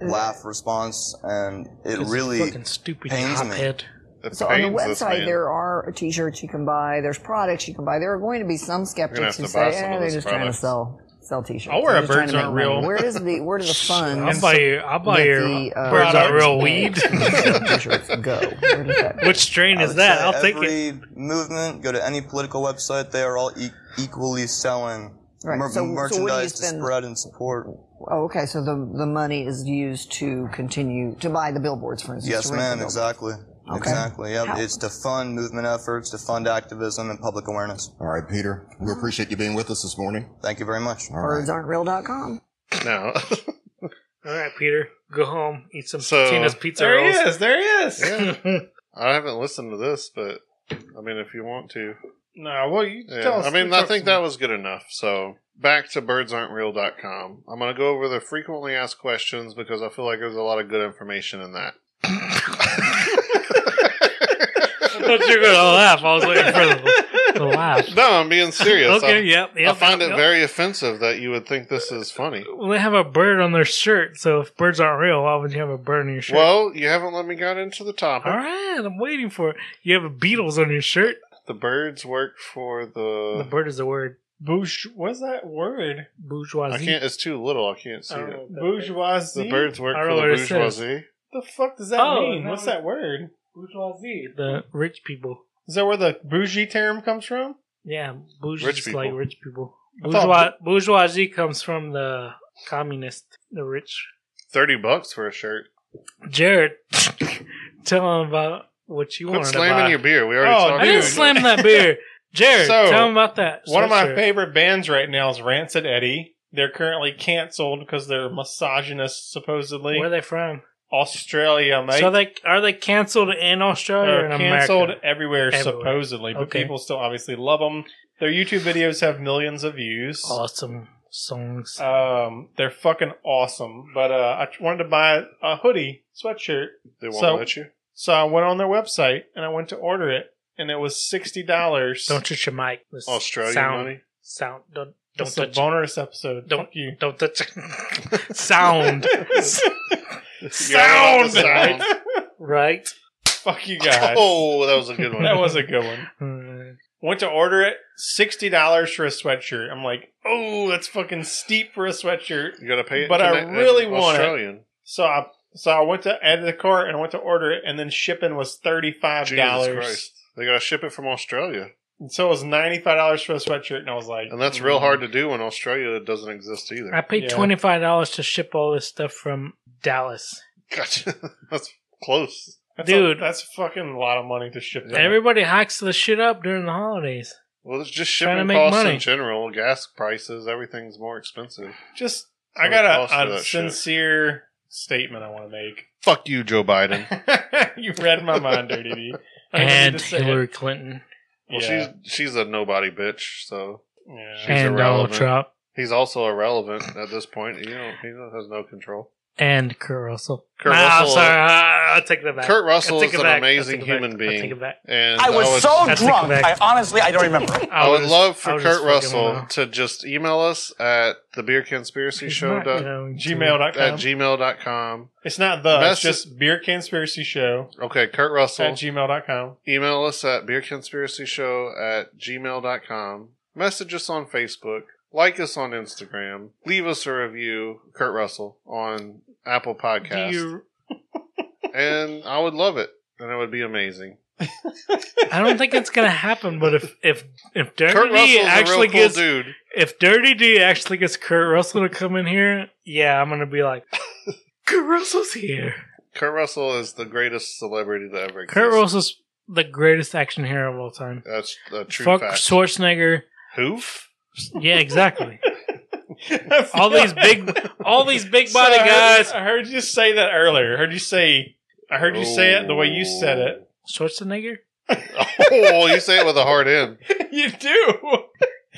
Speaker 6: laugh response, and it
Speaker 2: It's
Speaker 6: really
Speaker 2: fucking stupid
Speaker 6: pains me.
Speaker 2: hophead.
Speaker 3: It
Speaker 4: So on the
Speaker 3: pains this
Speaker 4: website,
Speaker 3: man.
Speaker 4: there are t-shirts you can buy. There's products you can buy. There are going to be some skeptics
Speaker 3: have
Speaker 4: who
Speaker 3: to buy
Speaker 4: say,
Speaker 3: some
Speaker 4: "Eh,
Speaker 3: of
Speaker 4: they're
Speaker 3: these
Speaker 4: just trying to
Speaker 3: products."
Speaker 4: sell sell t-shirts."
Speaker 1: I'll wear
Speaker 4: They're
Speaker 1: a
Speaker 4: just trying
Speaker 1: Birds
Speaker 4: to make
Speaker 1: Aren't
Speaker 4: money.
Speaker 1: Real.
Speaker 4: Where does the where
Speaker 3: <laughs>
Speaker 4: do the
Speaker 2: I'll
Speaker 4: funds
Speaker 2: buy your. I'll buy
Speaker 4: with
Speaker 2: your.
Speaker 4: the, uh,
Speaker 2: birds aren't real weed.
Speaker 4: <laughs>
Speaker 2: <laughs>
Speaker 4: products made t-shirts go? Where does that go?
Speaker 2: Which strain
Speaker 6: I
Speaker 2: is
Speaker 6: would
Speaker 2: that?
Speaker 6: say
Speaker 2: I'll take
Speaker 6: every
Speaker 2: it.
Speaker 6: movement, go to any political website, they are all e- equally selling
Speaker 4: Right,
Speaker 6: mer-
Speaker 4: so- so what do you
Speaker 6: merchandise
Speaker 4: spend-
Speaker 6: to spread and support.
Speaker 4: Oh, okay. So the the money is used to continue to buy the billboards, for instance.
Speaker 6: Yes,
Speaker 4: to rent the
Speaker 6: ma'am,
Speaker 4: billboards.
Speaker 6: exactly. Exactly. Yeah,
Speaker 4: How-
Speaker 6: it's to fund movement efforts, to fund activism and public awareness.
Speaker 5: All right, Peter, we appreciate you being with us this morning.
Speaker 6: Thank you very much.
Speaker 5: All right.
Speaker 4: Birdsarentreal.com.
Speaker 3: No.
Speaker 2: All right, Peter, go home, eat some
Speaker 3: So-
Speaker 2: Tina's pizza
Speaker 1: There
Speaker 2: rolls.
Speaker 1: he is. There he is.
Speaker 3: <laughs> yeah. I haven't listened to this, but I mean, if you want to.
Speaker 1: No, well, you
Speaker 3: Yeah.
Speaker 1: tell us.
Speaker 3: I mean,
Speaker 1: you
Speaker 3: I
Speaker 1: tell
Speaker 3: think
Speaker 1: us-
Speaker 3: that was good enough. So back to birdsaren'treal.com. I'm going to go over the frequently asked questions because I feel like there's a lot of good information in that.
Speaker 2: I <laughs> thought you were gonna laugh. I was waiting for the, <laughs> the laugh.
Speaker 3: no, I'm being serious.
Speaker 2: okay,
Speaker 3: I'm-
Speaker 2: yep, yep.
Speaker 3: I find
Speaker 2: yep,
Speaker 3: it
Speaker 2: yep.
Speaker 3: very offensive that you would think this is funny.
Speaker 2: Well, they have a bird on their shirt, so if birds aren't real, why would you have a bird on your shirt?
Speaker 3: Well, you haven't let me get into the topic.
Speaker 2: all right, I'm waiting for it. You have beetles on your shirt.
Speaker 3: The birds work for the.
Speaker 2: The bird is the word
Speaker 1: Bouge- what's that word?
Speaker 3: I
Speaker 2: bourgeoisie.
Speaker 3: can't. It's too little. I can't see it.
Speaker 1: Bourgeoisie.
Speaker 3: The birds work
Speaker 2: I
Speaker 3: for
Speaker 2: don't know
Speaker 3: the
Speaker 2: what it says.
Speaker 3: bourgeoisie.
Speaker 1: the fuck does that
Speaker 2: Oh,
Speaker 1: mean?
Speaker 2: no.
Speaker 1: What's that word?
Speaker 2: bourgeoisie, the rich people.
Speaker 1: Is that where the bougie term comes from?
Speaker 2: Yeah, bourgeois
Speaker 3: Rich
Speaker 2: is like
Speaker 3: people.
Speaker 2: rich people.
Speaker 1: I thought-
Speaker 2: Bourgeois, bourgeoisie comes from the communist, the rich.
Speaker 3: Thirty bucks for a shirt.
Speaker 2: Jared, <laughs> tell him about what you
Speaker 3: Quit
Speaker 2: wanted to buy.
Speaker 3: slamming your beer. We already
Speaker 1: Oh,
Speaker 3: talked
Speaker 2: I didn't
Speaker 3: about it.
Speaker 2: slam that
Speaker 3: <laughs>
Speaker 2: beer. Jared,
Speaker 1: So,
Speaker 2: tell him about that.
Speaker 1: One of my
Speaker 2: sweatshirt.
Speaker 1: favorite bands right now is Rancid Eddie. They're currently canceled because they're misogynist, supposedly.
Speaker 2: Where are they from?
Speaker 1: Australia, mate.
Speaker 2: So they are they canceled in Australia or
Speaker 1: They're
Speaker 2: in
Speaker 1: canceled
Speaker 2: America?
Speaker 1: everywhere,
Speaker 2: Everywhere.
Speaker 1: supposedly, but
Speaker 2: Okay.
Speaker 1: people still obviously love them. Their YouTube videos have millions of views.
Speaker 2: Awesome songs.
Speaker 3: Uh,
Speaker 1: Um, they're fucking awesome. But uh, I t- wanted to buy a hoodie sweatshirt,
Speaker 3: They won't
Speaker 1: So-
Speaker 3: let you.
Speaker 1: so I went on their website and I went to order it, and it was sixty dollars.
Speaker 2: don't touch your mic. This
Speaker 3: Australian
Speaker 2: sound,
Speaker 3: money.
Speaker 2: Sound. Don't don't
Speaker 1: It's a
Speaker 2: touch.
Speaker 1: bonus episode.
Speaker 2: Don't-
Speaker 1: Fuck you.
Speaker 2: Don't touch. <laughs>
Speaker 1: <laughs>
Speaker 3: <laughs>
Speaker 2: sound.
Speaker 3: Yeah, I love the
Speaker 1: Sound.
Speaker 3: sound.
Speaker 2: Right.
Speaker 1: <laughs> Fuck you <laughs> guys.
Speaker 3: <laughs> Oh, that was a good one.
Speaker 1: That was a good one.
Speaker 2: Mm,
Speaker 1: Went to order it, sixty dollars for a sweatshirt. I'm like, oh, that's fucking steep for a sweatshirt.
Speaker 3: You gotta pay it.
Speaker 1: But I
Speaker 3: connect-
Speaker 1: really want it.
Speaker 3: Australian.
Speaker 1: So I so I went to add to the cart and I went to order it, and then shipping was thirty five
Speaker 3: Jesus Christ.
Speaker 1: dollars.
Speaker 3: They gotta ship it from Australia,
Speaker 1: So it was ninety five dollars for a sweatshirt, and I was like,
Speaker 3: and that's real hard to do when Australia doesn't exist
Speaker 2: I
Speaker 3: either.
Speaker 2: paid
Speaker 1: Yeah.
Speaker 2: twenty five dollars to ship all this stuff from Dallas.
Speaker 3: Gotcha. <laughs> that's close.
Speaker 1: that's
Speaker 2: Dude.
Speaker 1: A, that's fucking a lot of money to ship. That.
Speaker 2: Everybody hikes the shit up during the holidays.
Speaker 3: Well, it's just
Speaker 2: Trying to
Speaker 3: shipping
Speaker 2: make
Speaker 3: costs
Speaker 2: money.
Speaker 3: in general, gas prices, everything's more expensive.
Speaker 1: just
Speaker 3: What
Speaker 1: I
Speaker 3: it costs
Speaker 1: got
Speaker 3: for
Speaker 1: a, a
Speaker 3: that shit.
Speaker 1: sincere statement I want to make. <laughs>
Speaker 3: Fuck you, Joe Biden.
Speaker 1: you read my mind, Dirty D. I didn't need
Speaker 2: And
Speaker 1: to say it.
Speaker 2: Hillary Clinton
Speaker 1: Yeah.
Speaker 3: Well, she's she's a nobody bitch. So
Speaker 1: yeah.
Speaker 3: She's
Speaker 2: and Donald
Speaker 3: irrelevant.
Speaker 2: Trump
Speaker 3: he's also irrelevant at this point. You know, he has no control.
Speaker 2: and Kurt Russell.
Speaker 3: Kurt
Speaker 2: Nah,
Speaker 3: Russell-
Speaker 2: I'm sorry. I, I'll take that back.
Speaker 3: Kurt Russell
Speaker 2: I'll take
Speaker 3: is
Speaker 2: it
Speaker 3: an
Speaker 2: back. I'll
Speaker 3: amazing
Speaker 2: take it back.
Speaker 3: human
Speaker 2: I'll take
Speaker 3: being.
Speaker 2: it back.
Speaker 3: And
Speaker 7: I was
Speaker 3: would,
Speaker 7: so
Speaker 2: That's the
Speaker 7: drunk. I
Speaker 2: correct-
Speaker 7: honestly, I don't <laughs> remember.
Speaker 3: I would
Speaker 2: was-
Speaker 3: love
Speaker 2: I
Speaker 3: for
Speaker 2: was just
Speaker 3: Kurt
Speaker 2: fucking
Speaker 3: Russell
Speaker 2: around.
Speaker 3: to just email us at the beerconspiracy
Speaker 2: He's
Speaker 3: show
Speaker 2: not
Speaker 3: dot,
Speaker 2: going to-
Speaker 3: at
Speaker 1: Gmail.com.
Speaker 3: gmail.com.
Speaker 1: it's not the.
Speaker 3: Message-
Speaker 1: It's just beer conspiracy show
Speaker 3: Okay, Kurt
Speaker 1: at
Speaker 3: Russell.
Speaker 1: gmail.com.
Speaker 3: email us at beerconspiracyshow at gmail.com. Message us on Facebook. Like us on Instagram. Leave us a review, Kurt Russell, on Apple Podcast.
Speaker 2: Do you-
Speaker 3: and I would love it. And it would be amazing.
Speaker 2: I don't think it's gonna happen. But if if if
Speaker 3: Kurt
Speaker 2: Dirty D
Speaker 3: Russell's
Speaker 2: actually
Speaker 3: a real cool
Speaker 2: gets
Speaker 3: dude.
Speaker 2: if Dirty D actually gets Kurt Russell to come in here, yeah, I'm gonna be
Speaker 3: <laughs>
Speaker 2: like, Kurt Russell's here.
Speaker 3: Kurt Russell is the greatest celebrity to ever exist.
Speaker 2: Kurt Russell's the greatest action hero of all time.
Speaker 3: That's a true
Speaker 2: Fuck
Speaker 3: fact.
Speaker 2: Schwarzenegger.
Speaker 3: Who?
Speaker 2: Yeah,
Speaker 3: <laughs>
Speaker 2: exactly.
Speaker 1: <laughs>
Speaker 2: All these big, all these big body
Speaker 1: So I heard-
Speaker 2: guys.
Speaker 1: I heard you say that earlier. I heard you say. I heard you say it the way you said it.
Speaker 3: <laughs>
Speaker 2: Schwarzenegger.
Speaker 1: <laughs>
Speaker 3: Oh, you say it with a hard N.
Speaker 1: you do.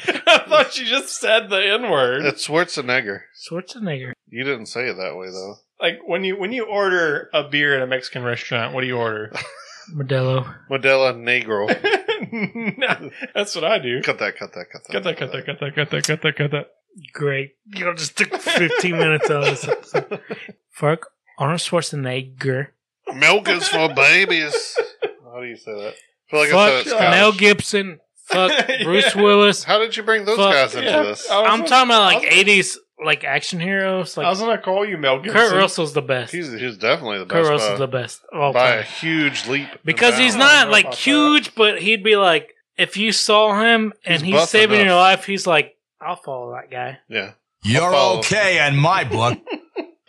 Speaker 1: <laughs> I thought you just said the N word.
Speaker 3: It's Schwarzenegger.
Speaker 2: Schwarzenegger.
Speaker 3: You didn't say it that way though.
Speaker 1: Like when you when you order a beer at a Mexican restaurant, what do
Speaker 2: <laughs>
Speaker 1: you order? <laughs>
Speaker 2: Modelo.
Speaker 3: Modelo Negro.
Speaker 1: Nah, that's what I do.
Speaker 3: cut that. Cut that. Cut that.
Speaker 1: Cut that, cut that, cut that, cut that, cut that, cut that.
Speaker 2: Great. Y'all just took 15 minutes out of this episode. Fuck Arnold Schwarzenegger.
Speaker 3: Milk is for
Speaker 1: <laughs>
Speaker 3: babies. How do you say that? I feel like I
Speaker 2: Fuck
Speaker 1: uh,
Speaker 3: said it Scottish.
Speaker 2: Mel Gibson. Fuck
Speaker 1: <laughs> Yeah.
Speaker 2: Bruce Willis.
Speaker 3: How did you bring those
Speaker 2: Fuck.
Speaker 3: guys into
Speaker 1: Yeah, Oh.
Speaker 3: this?
Speaker 1: I was
Speaker 2: I'm
Speaker 1: gonna-
Speaker 2: talking about
Speaker 1: I
Speaker 2: like
Speaker 1: was-
Speaker 2: 80s like action heroes.
Speaker 1: I was
Speaker 2: Like
Speaker 1: gonna call you Mel Gibson.
Speaker 2: Kurt Russell's the best.
Speaker 3: He's he's definitely the
Speaker 2: Kurt
Speaker 3: best
Speaker 2: Russell's
Speaker 3: by,
Speaker 2: the best of all
Speaker 3: by a
Speaker 2: time.
Speaker 3: huge leap. in
Speaker 2: Because he's
Speaker 3: bounds.
Speaker 2: not
Speaker 1: know
Speaker 2: like
Speaker 1: about that.
Speaker 2: huge, but he'd be like, if you saw him and
Speaker 3: He's
Speaker 2: he's,
Speaker 3: buff
Speaker 2: saving
Speaker 3: enough.
Speaker 2: your life, he's like, I'll follow that guy.
Speaker 3: Yeah,
Speaker 7: You're
Speaker 3: follow.
Speaker 7: okay in my book.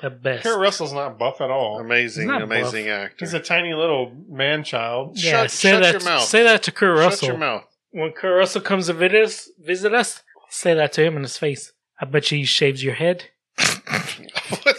Speaker 2: The best.
Speaker 1: Kurt Russell's not buff at all.
Speaker 3: amazing,
Speaker 2: He's not
Speaker 3: amazing actor.
Speaker 1: He's a tiny little man child.
Speaker 2: yeah,
Speaker 3: Shut-
Speaker 2: say
Speaker 3: shut
Speaker 2: that.
Speaker 3: your mouth.
Speaker 2: Say that to Kurt
Speaker 3: Shut
Speaker 2: Russell.
Speaker 3: your mouth.
Speaker 2: When Kurt Russell comes to visit us, visit us, say that to him in his face. I bet you he shaves your head
Speaker 3: what?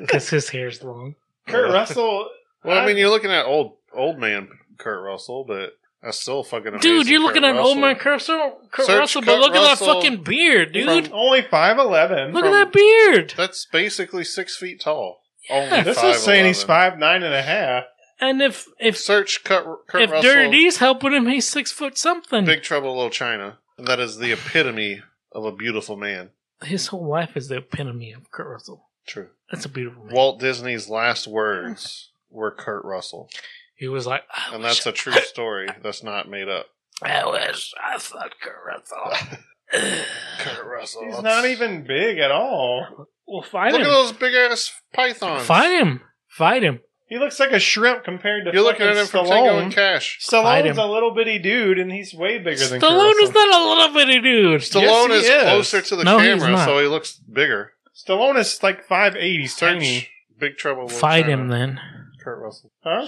Speaker 2: because his hair's
Speaker 3: <laughs>
Speaker 2: long.
Speaker 1: Kurt Russell.
Speaker 3: Well, I mean, you're looking at old old man Kurt Russell, but that's still fucking amazing.
Speaker 2: Dude, you're looking
Speaker 3: Kurt
Speaker 2: at an old
Speaker 3: Russell.
Speaker 2: man Kurt Russell, Kurt
Speaker 3: Search
Speaker 2: Russell but
Speaker 3: Kurt
Speaker 2: look at that
Speaker 3: Russell
Speaker 2: fucking beard, dude.
Speaker 1: Dude, only five eleven.
Speaker 2: look at that beard.
Speaker 3: That's basically six feet tall. Only
Speaker 1: This is saying he's
Speaker 3: 5'11".
Speaker 1: five nine and a half.
Speaker 2: And if if
Speaker 3: Search Kurt, Kurt
Speaker 2: if
Speaker 3: Russell.
Speaker 2: Dirty D's helping him, he's six foot something.
Speaker 3: Big Trouble in Little China, and that is the epitome of a beautiful man.
Speaker 2: His whole life is the epitome of Kurt Russell.
Speaker 3: True.
Speaker 2: That's a beautiful man.
Speaker 3: Walt Disney's last words were Kurt Russell,
Speaker 2: He was like, I
Speaker 3: and
Speaker 2: wish,
Speaker 3: that's a true story. That's not made up.
Speaker 2: I wish I thought Kurt Russell.
Speaker 3: <laughs> Kurt Russell.
Speaker 1: He's not even big at all.
Speaker 2: Well,
Speaker 3: Look
Speaker 2: fight
Speaker 3: at
Speaker 2: him.
Speaker 3: those big ass pythons.
Speaker 2: Fight him. Fight him.
Speaker 1: He looks like a shrimp compared to.
Speaker 3: You're looking at
Speaker 1: fucking
Speaker 3: him from Tango
Speaker 1: Stallone.
Speaker 3: and Cash.
Speaker 2: Fight him.
Speaker 1: Stallone's a little bitty dude, and he's way bigger than Kurt
Speaker 2: Stallone is
Speaker 1: Russell.
Speaker 2: not a little bitty dude.
Speaker 3: Stallone
Speaker 1: he
Speaker 3: is,
Speaker 1: is.
Speaker 3: closer to the
Speaker 2: No, he's
Speaker 3: camera,
Speaker 2: not.
Speaker 3: so he looks bigger.
Speaker 1: Stallone is like five eighty, tiny.
Speaker 3: Search Big Trouble. in Little
Speaker 2: Fight
Speaker 3: China.
Speaker 2: him then.
Speaker 3: Kurt Russell.
Speaker 1: Huh?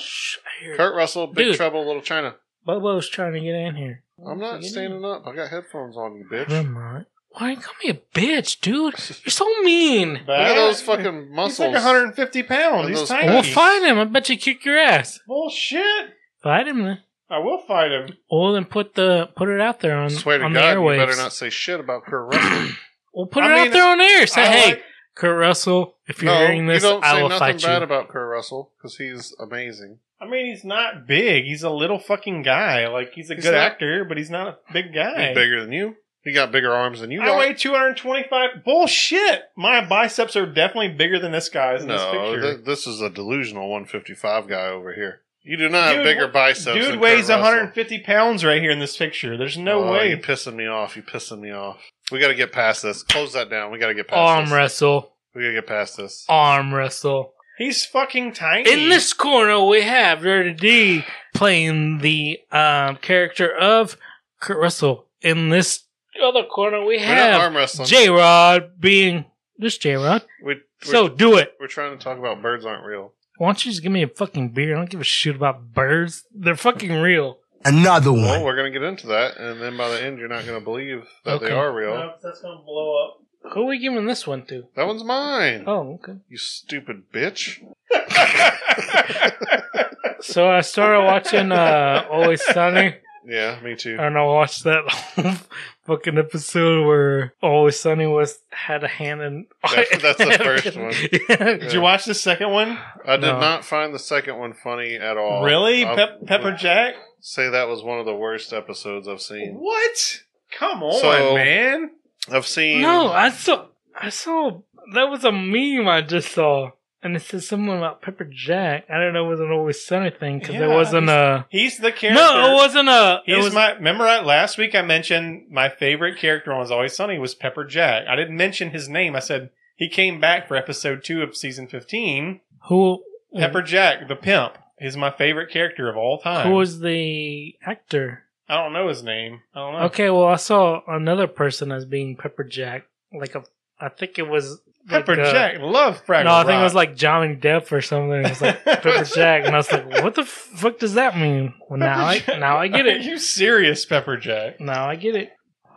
Speaker 3: Kurt Russell, Big
Speaker 2: Dude.
Speaker 3: Trouble, in Little China.
Speaker 2: Bobo's trying to get in here.
Speaker 3: I'm not
Speaker 2: Get in.
Speaker 3: standing up. I got headphones on, you bitch.
Speaker 2: Never mind. Why you call me a bitch, dude? You're so mean.
Speaker 3: Look at
Speaker 1: That-
Speaker 3: those fucking
Speaker 1: He's
Speaker 3: muscles.
Speaker 1: like 150 pounds.
Speaker 3: And
Speaker 1: He's
Speaker 3: those
Speaker 1: tiny.
Speaker 2: Well,
Speaker 3: Jeez.
Speaker 2: fight him. I bet you kick your ass.
Speaker 1: Bullshit.
Speaker 2: Fight him then.
Speaker 1: I will fight him.
Speaker 2: Well, then put the put it out there on,
Speaker 3: Swear to
Speaker 2: on
Speaker 3: God,
Speaker 2: the
Speaker 3: you
Speaker 2: airwaves.
Speaker 3: better not say shit about
Speaker 2: <coughs>
Speaker 3: Kurt Russell.
Speaker 2: Well, put
Speaker 1: I
Speaker 2: it
Speaker 1: mean,
Speaker 2: out there on air. Say,
Speaker 1: I
Speaker 2: hey,
Speaker 1: like-
Speaker 2: Kurt Russell, if you're
Speaker 3: no,
Speaker 2: hearing this,
Speaker 3: you don't
Speaker 2: I
Speaker 3: say
Speaker 2: will
Speaker 3: nothing
Speaker 2: fight you.
Speaker 3: bad about Kurt Russell because he's amazing.
Speaker 1: I mean, he's not big. He's a little fucking guy. Like he's a
Speaker 3: He's
Speaker 1: good
Speaker 3: not-
Speaker 1: actor, but he's not a big guy.
Speaker 3: He's bigger than you. He got bigger arms than you.
Speaker 1: I
Speaker 3: got.
Speaker 1: weigh 225. Bullshit. My biceps are definitely bigger than this guy's in this
Speaker 3: No,
Speaker 1: picture.
Speaker 3: th- this is a delusional 155 guy over here. You do not have
Speaker 1: Dude,
Speaker 3: bigger
Speaker 1: wh-
Speaker 3: biceps. than
Speaker 1: Dude
Speaker 3: Kurt
Speaker 1: weighs
Speaker 3: Russell.
Speaker 1: 150 pounds right here in this picture. There's no
Speaker 3: Oh,
Speaker 1: way.
Speaker 3: You're pissing me off. You're pissing me off. We got to get past this. Close that down. We got to get past
Speaker 2: Arm
Speaker 3: this.
Speaker 2: wrestle.
Speaker 3: We got to get past this.
Speaker 2: Arm wrestle.
Speaker 1: He's fucking tiny.
Speaker 2: In this corner, we have Dirty D playing the um, character of Kurt Russell. In this other corner, we
Speaker 3: We're not
Speaker 2: have
Speaker 3: arm wrestling.
Speaker 2: J Rod being this J Rod.
Speaker 3: We- we're,
Speaker 2: So do it.
Speaker 3: we're trying to talk about birds aren't real.
Speaker 2: Why don't you just give me a fucking beer? I don't give a shit about birds. They're fucking real.
Speaker 7: Another one.
Speaker 3: Well, we're going to get into that, and then by the end, you're not going to believe that they
Speaker 2: Okay.
Speaker 3: are real.
Speaker 1: No, that's going to blow up.
Speaker 2: Who are we giving this one to?
Speaker 3: That one's mine.
Speaker 2: Oh, okay.
Speaker 3: You stupid bitch.
Speaker 2: <laughs> So I started watching uh, Always Sunny.
Speaker 3: Yeah, me too.
Speaker 2: and I watched that <laughs> whole fucking episode where Always Sunny was had a hand in.
Speaker 3: That-
Speaker 2: <laughs>
Speaker 3: that's the first one.
Speaker 2: Yeah.
Speaker 1: Did you watch the second one?
Speaker 3: I did
Speaker 2: No.
Speaker 3: not find the second one funny at all.
Speaker 1: really?
Speaker 3: I
Speaker 1: Pep-
Speaker 3: would
Speaker 1: Pepper Jack?
Speaker 3: Say that was one of the worst episodes I've seen.
Speaker 1: What? Come on,
Speaker 3: So-
Speaker 1: man.
Speaker 3: I've seen.
Speaker 2: No, I saw. I saw that was a meme I just saw, and it said something about Pepper Jack. I don't know. It was an Always Sunny thing because
Speaker 1: Yeah,
Speaker 2: it wasn't a.
Speaker 1: He's the character.
Speaker 2: No, it wasn't a.
Speaker 1: He's
Speaker 2: It was
Speaker 1: my. Remember I, last week I mentioned my favorite character on Was Always Sunny was Pepper Jack. I didn't mention his name. I said he came back for episode two of season fifteen.
Speaker 2: who.
Speaker 1: Pepper Jack, the pimp, is my favorite character of all time.
Speaker 2: Who was the actor?
Speaker 1: I don't know his name. I don't know.
Speaker 2: Okay, well, I saw another person as being Pepper Jack. Like a, I think it was like,
Speaker 1: Pepper
Speaker 2: uh,
Speaker 1: Jack, love Fraggle
Speaker 2: No, I think it was
Speaker 1: Rock.
Speaker 2: like Johnny Depp or something. It was
Speaker 1: <laughs>
Speaker 2: like Pepper Jack, and I was like, "What the fuck does that mean?" Well, now I
Speaker 1: Pepper Jack.
Speaker 2: now I get
Speaker 1: Are <laughs>
Speaker 2: it.
Speaker 1: you serious, Pepper Jack?
Speaker 2: Now I get it.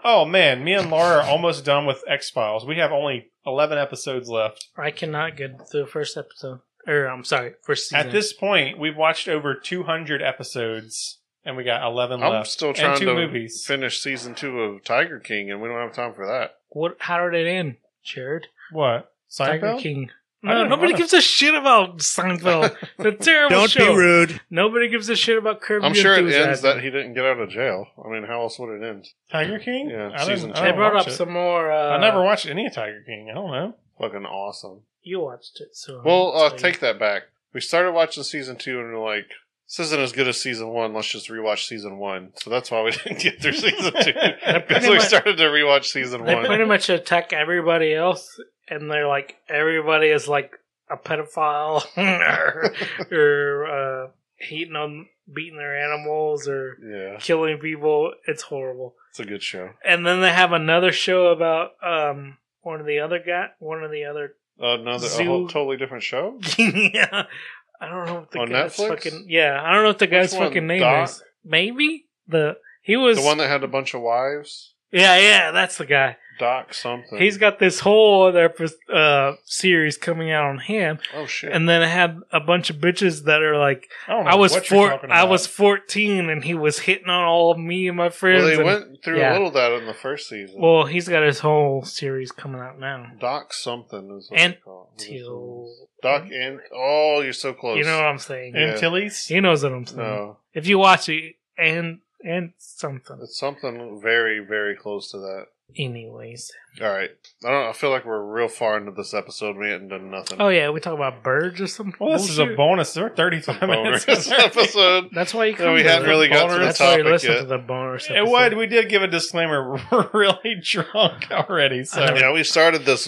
Speaker 1: Oh man, me and Laura are almost done with X Files. We have only eleven episodes left.
Speaker 2: I cannot get through the first episode, or I'm sorry, first season.
Speaker 1: At this point, we've watched over 200 episodes and we got 11
Speaker 3: I'm
Speaker 1: left.
Speaker 3: still
Speaker 1: And
Speaker 3: trying
Speaker 1: two
Speaker 3: to
Speaker 1: movies.
Speaker 3: finish season two of Tiger King, and we don't have time for that.
Speaker 2: What? How did it end, Jared?
Speaker 1: what?
Speaker 2: Tiger
Speaker 1: Seinfeld?
Speaker 2: King.
Speaker 1: I
Speaker 2: No,
Speaker 1: don't
Speaker 2: nobody
Speaker 1: wanna-
Speaker 2: gives a shit about
Speaker 1: <laughs>
Speaker 2: Seinfeld. It's a terrible
Speaker 7: Don't
Speaker 2: show.
Speaker 7: be rude.
Speaker 2: Nobody gives a shit about Curb
Speaker 3: I'm
Speaker 2: Your
Speaker 3: sure it
Speaker 2: Enthusiasm.
Speaker 3: ends that he didn't get out of jail. I mean, how else would it end?
Speaker 1: Tiger King?
Speaker 3: Yeah,
Speaker 1: I
Speaker 3: season
Speaker 1: didn't-
Speaker 3: two.
Speaker 1: I
Speaker 2: They
Speaker 1: don't
Speaker 2: brought
Speaker 1: watch
Speaker 2: up
Speaker 1: it.
Speaker 2: some more. Uh,
Speaker 1: I never watched any of Tiger King. I don't know.
Speaker 3: Fucking awesome.
Speaker 2: You watched it, so.
Speaker 3: Well,
Speaker 2: I'll
Speaker 3: uh,
Speaker 2: tell you.
Speaker 3: take that back. We started watching season two, and we're like, "This isn't as good as season one. Let's just rewatch season one." So that's why we <laughs> didn't get through <laughs> season
Speaker 2: <laughs>
Speaker 1: <laughs>
Speaker 3: two because we
Speaker 2: much-
Speaker 3: started to rewatch season
Speaker 2: They
Speaker 3: one.
Speaker 2: pretty much attack everybody else, and they're like everybody is like a pedophile <laughs> or, or uh, hating on beating their animals or
Speaker 3: yeah,
Speaker 2: killing people. It's horrible.
Speaker 3: it's a good show.
Speaker 2: And then they have another show about um, one of the other guy, one of the other. <laughs>
Speaker 3: Another a
Speaker 2: Zoo.
Speaker 3: whole totally different show.
Speaker 2: yeah, I don't know what the
Speaker 3: On
Speaker 2: guy's
Speaker 3: Netflix?
Speaker 2: fucking. Yeah, I don't know what the guy's
Speaker 3: Which one,
Speaker 2: fucking name
Speaker 3: Doc?
Speaker 2: is. Maybe the he was.
Speaker 3: The one that had a bunch of wives.
Speaker 2: yeah, yeah, that's the guy.
Speaker 3: Doc something.
Speaker 2: He's got this whole other uh, series coming out on him,
Speaker 3: oh shit.
Speaker 2: and then I had a bunch of bitches that are like,
Speaker 1: I don't know.
Speaker 2: I was
Speaker 1: what you're
Speaker 2: four,
Speaker 1: talking
Speaker 2: I
Speaker 1: about.
Speaker 2: was fourteen, and he was hitting on all of me and my friends.
Speaker 3: well, they
Speaker 2: and-
Speaker 3: went through
Speaker 2: yeah.
Speaker 3: a little of that in the first season.
Speaker 2: Well, he's got his whole series coming out now.
Speaker 3: Doc something is what
Speaker 2: And
Speaker 3: they call it.
Speaker 2: Till-
Speaker 3: Doc and oh, you're so close.
Speaker 2: You know uh, what I'm saying?
Speaker 3: Yeah.
Speaker 1: Antilles?
Speaker 2: He knows what I'm saying.
Speaker 3: no,
Speaker 2: If you watch it, and and something,
Speaker 3: it's something very very close to that.
Speaker 2: anyways.
Speaker 3: All right, I don't. I feel like we're real far into this episode. We hadn't done nothing.
Speaker 2: Oh yeah, we talk about birds or something.
Speaker 1: Well, this is a
Speaker 2: bullshit.
Speaker 1: bonus. There
Speaker 2: <laughs>
Speaker 1: are 35 minutes. <laughs>
Speaker 3: Bonus <laughs> episode.
Speaker 2: That's why you come.
Speaker 3: No, we
Speaker 2: to
Speaker 3: hadn't
Speaker 2: the
Speaker 3: really got to
Speaker 2: bonus-
Speaker 3: the
Speaker 2: That's why you
Speaker 3: topic
Speaker 2: listen
Speaker 3: yet.
Speaker 2: to the bonus.
Speaker 1: It
Speaker 2: episode.
Speaker 1: would. We did give a disclaimer. <laughs> We're really drunk already. So
Speaker 2: I know.
Speaker 3: Yeah, we started this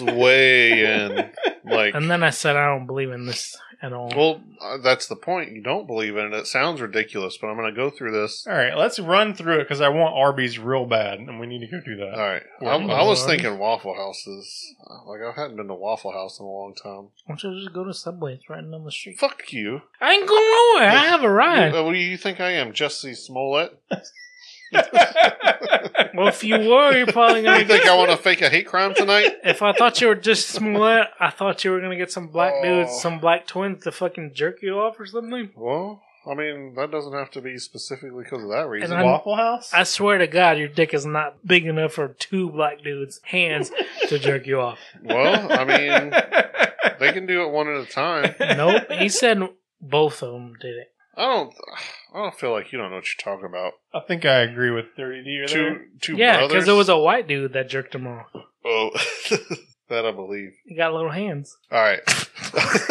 Speaker 2: <laughs>
Speaker 3: way in like.
Speaker 2: And then I said, I don't believe in this at all.
Speaker 3: well, uh, that's the point. You don't believe in it. It sounds ridiculous, but I'm going to go through this.
Speaker 1: all right, let's run through it because I want Arby's real bad, and we need to go do that.
Speaker 3: All right,
Speaker 1: Yeah.
Speaker 3: I'm, I was
Speaker 2: Alright.
Speaker 3: thinking Waffle Houses. Like I hadn't been to Waffle House in a long time.
Speaker 2: Why don't you just go to Subway? It's right down the street.
Speaker 3: Fuck you.
Speaker 2: I ain't going nowhere. I have a
Speaker 3: You-
Speaker 2: ride.
Speaker 3: uh, what do you think I am, Jesse Smollett?
Speaker 2: well, if you were, you're probably
Speaker 3: <laughs> You
Speaker 2: gonna
Speaker 3: think I
Speaker 2: get. <laughs>
Speaker 3: want to fake a hate crime tonight?
Speaker 2: If I thought you were just Smollett, I thought you were gonna get some black
Speaker 3: Oh.
Speaker 2: dudes, some black twins to fucking jerk you off or something.
Speaker 3: Well, I mean, that doesn't have to be specifically because of
Speaker 2: <laughs>
Speaker 3: that reason.
Speaker 2: I'm-
Speaker 1: Waffle House.
Speaker 2: I swear to God, your dick is not big enough for two black dudes' hands to jerk you off.
Speaker 3: well, I
Speaker 1: <laughs>
Speaker 3: mean, they can do it one at a time.
Speaker 2: Nope. He said both of them did it.
Speaker 3: I don't. I don't feel like you don't know what you're talking about.
Speaker 1: I think I agree with Thirty D.
Speaker 3: Two, two
Speaker 2: yeah,
Speaker 3: brothers.
Speaker 2: because it was a white dude that jerked him off.
Speaker 3: Oh, <laughs> that I believe.
Speaker 2: He got little hands.
Speaker 3: All right. <laughs>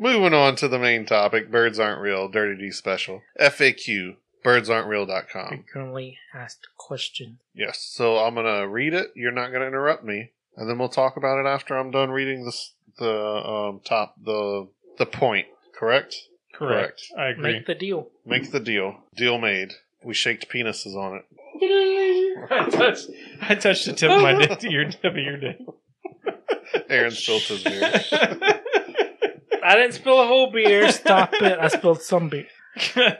Speaker 3: Moving on to the main topic: birds aren't real. Dirty D special FAQ: birdsaren'treal.com.
Speaker 2: Frequently asked questions.
Speaker 3: Yes. So I'm gonna read it. You're not gonna interrupt me, and then we'll talk about it after I'm done reading this. The um, top. The the point. Correct.
Speaker 1: Correct. I agree.
Speaker 2: Make <laughs> the deal.
Speaker 3: Make the deal. Deal made. We shaked penises on it.
Speaker 1: I touched. I touched the tip of <laughs> my dick to your tip of your <laughs> dick.
Speaker 3: Aaron spilt his beer.
Speaker 2: <laughs> I didn't spill a whole beer. Stop it. I spilled some beer.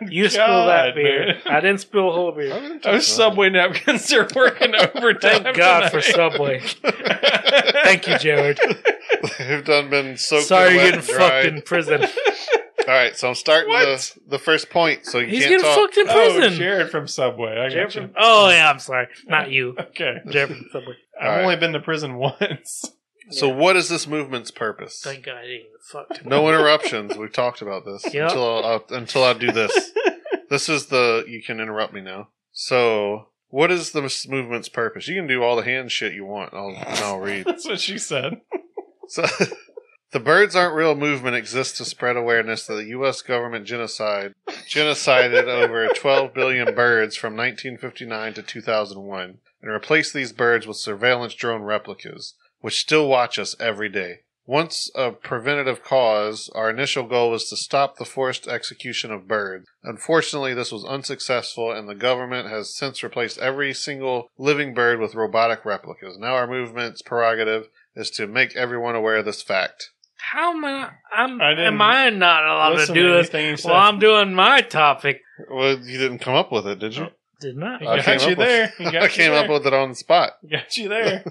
Speaker 2: You spilled that beer. I didn't spill a whole beer.
Speaker 1: Those Oh, Subway napkins are working overtime.
Speaker 2: Thank God
Speaker 1: tonight.
Speaker 2: for Subway. <laughs> Thank you, Jared.
Speaker 3: <laughs> They've done been soaked.
Speaker 2: Sorry
Speaker 3: and
Speaker 2: you're
Speaker 3: wet
Speaker 2: getting
Speaker 3: and dried.
Speaker 2: fucked in prison.
Speaker 3: All right, so I'm starting
Speaker 1: What?
Speaker 3: the, the first point, so you
Speaker 2: He's
Speaker 3: can't
Speaker 2: getting
Speaker 3: talk.
Speaker 2: fucked in
Speaker 1: Oh,
Speaker 2: prison.
Speaker 1: Jared from Subway. I
Speaker 2: Jared
Speaker 1: got
Speaker 2: from-
Speaker 1: you.
Speaker 2: oh, yeah, I'm sorry. Not
Speaker 1: <laughs>
Speaker 2: you.
Speaker 1: Okay.
Speaker 2: Jared from Subway.
Speaker 1: I've
Speaker 3: Alright.
Speaker 1: only been to prison <laughs> once.
Speaker 3: So what is this movement's purpose?
Speaker 2: Thank God I didn't get fucked.
Speaker 3: <laughs> No interruptions. We've talked about this
Speaker 2: Yep.
Speaker 3: until I, until I do this. this is the you can interrupt me now. So what is this movement's purpose? You can do all the hand shit you want. I'll and I'll read.
Speaker 1: That's what she said.
Speaker 3: So, <laughs> the Birds Aren't Real movement exists to spread awareness that the U.S. government genocide genocided over 12 billion birds from 1959 to 2001 and replaced these birds with surveillance drone replicas, which still watch us every day. Once a preventative cause, our initial goal was to stop the forced execution of birds. Unfortunately, this was unsuccessful, and the government has since replaced every single living bird with robotic replicas. Now, our movement's prerogative is to make everyone aware of this fact.
Speaker 2: How am I, I'm,
Speaker 1: I didn't
Speaker 2: am I not allowed to
Speaker 1: Listen
Speaker 2: do this
Speaker 1: anything you said.
Speaker 2: while
Speaker 1: <laughs>
Speaker 2: I'm doing my topic?
Speaker 3: Well, you didn't come up with it, did you?
Speaker 2: Did not.
Speaker 3: I
Speaker 1: He
Speaker 3: came
Speaker 1: got you
Speaker 3: up with- <laughs>
Speaker 1: there. He got
Speaker 3: I
Speaker 1: you
Speaker 3: came
Speaker 1: there.
Speaker 3: up with it on the spot.
Speaker 1: <laughs> Got you there.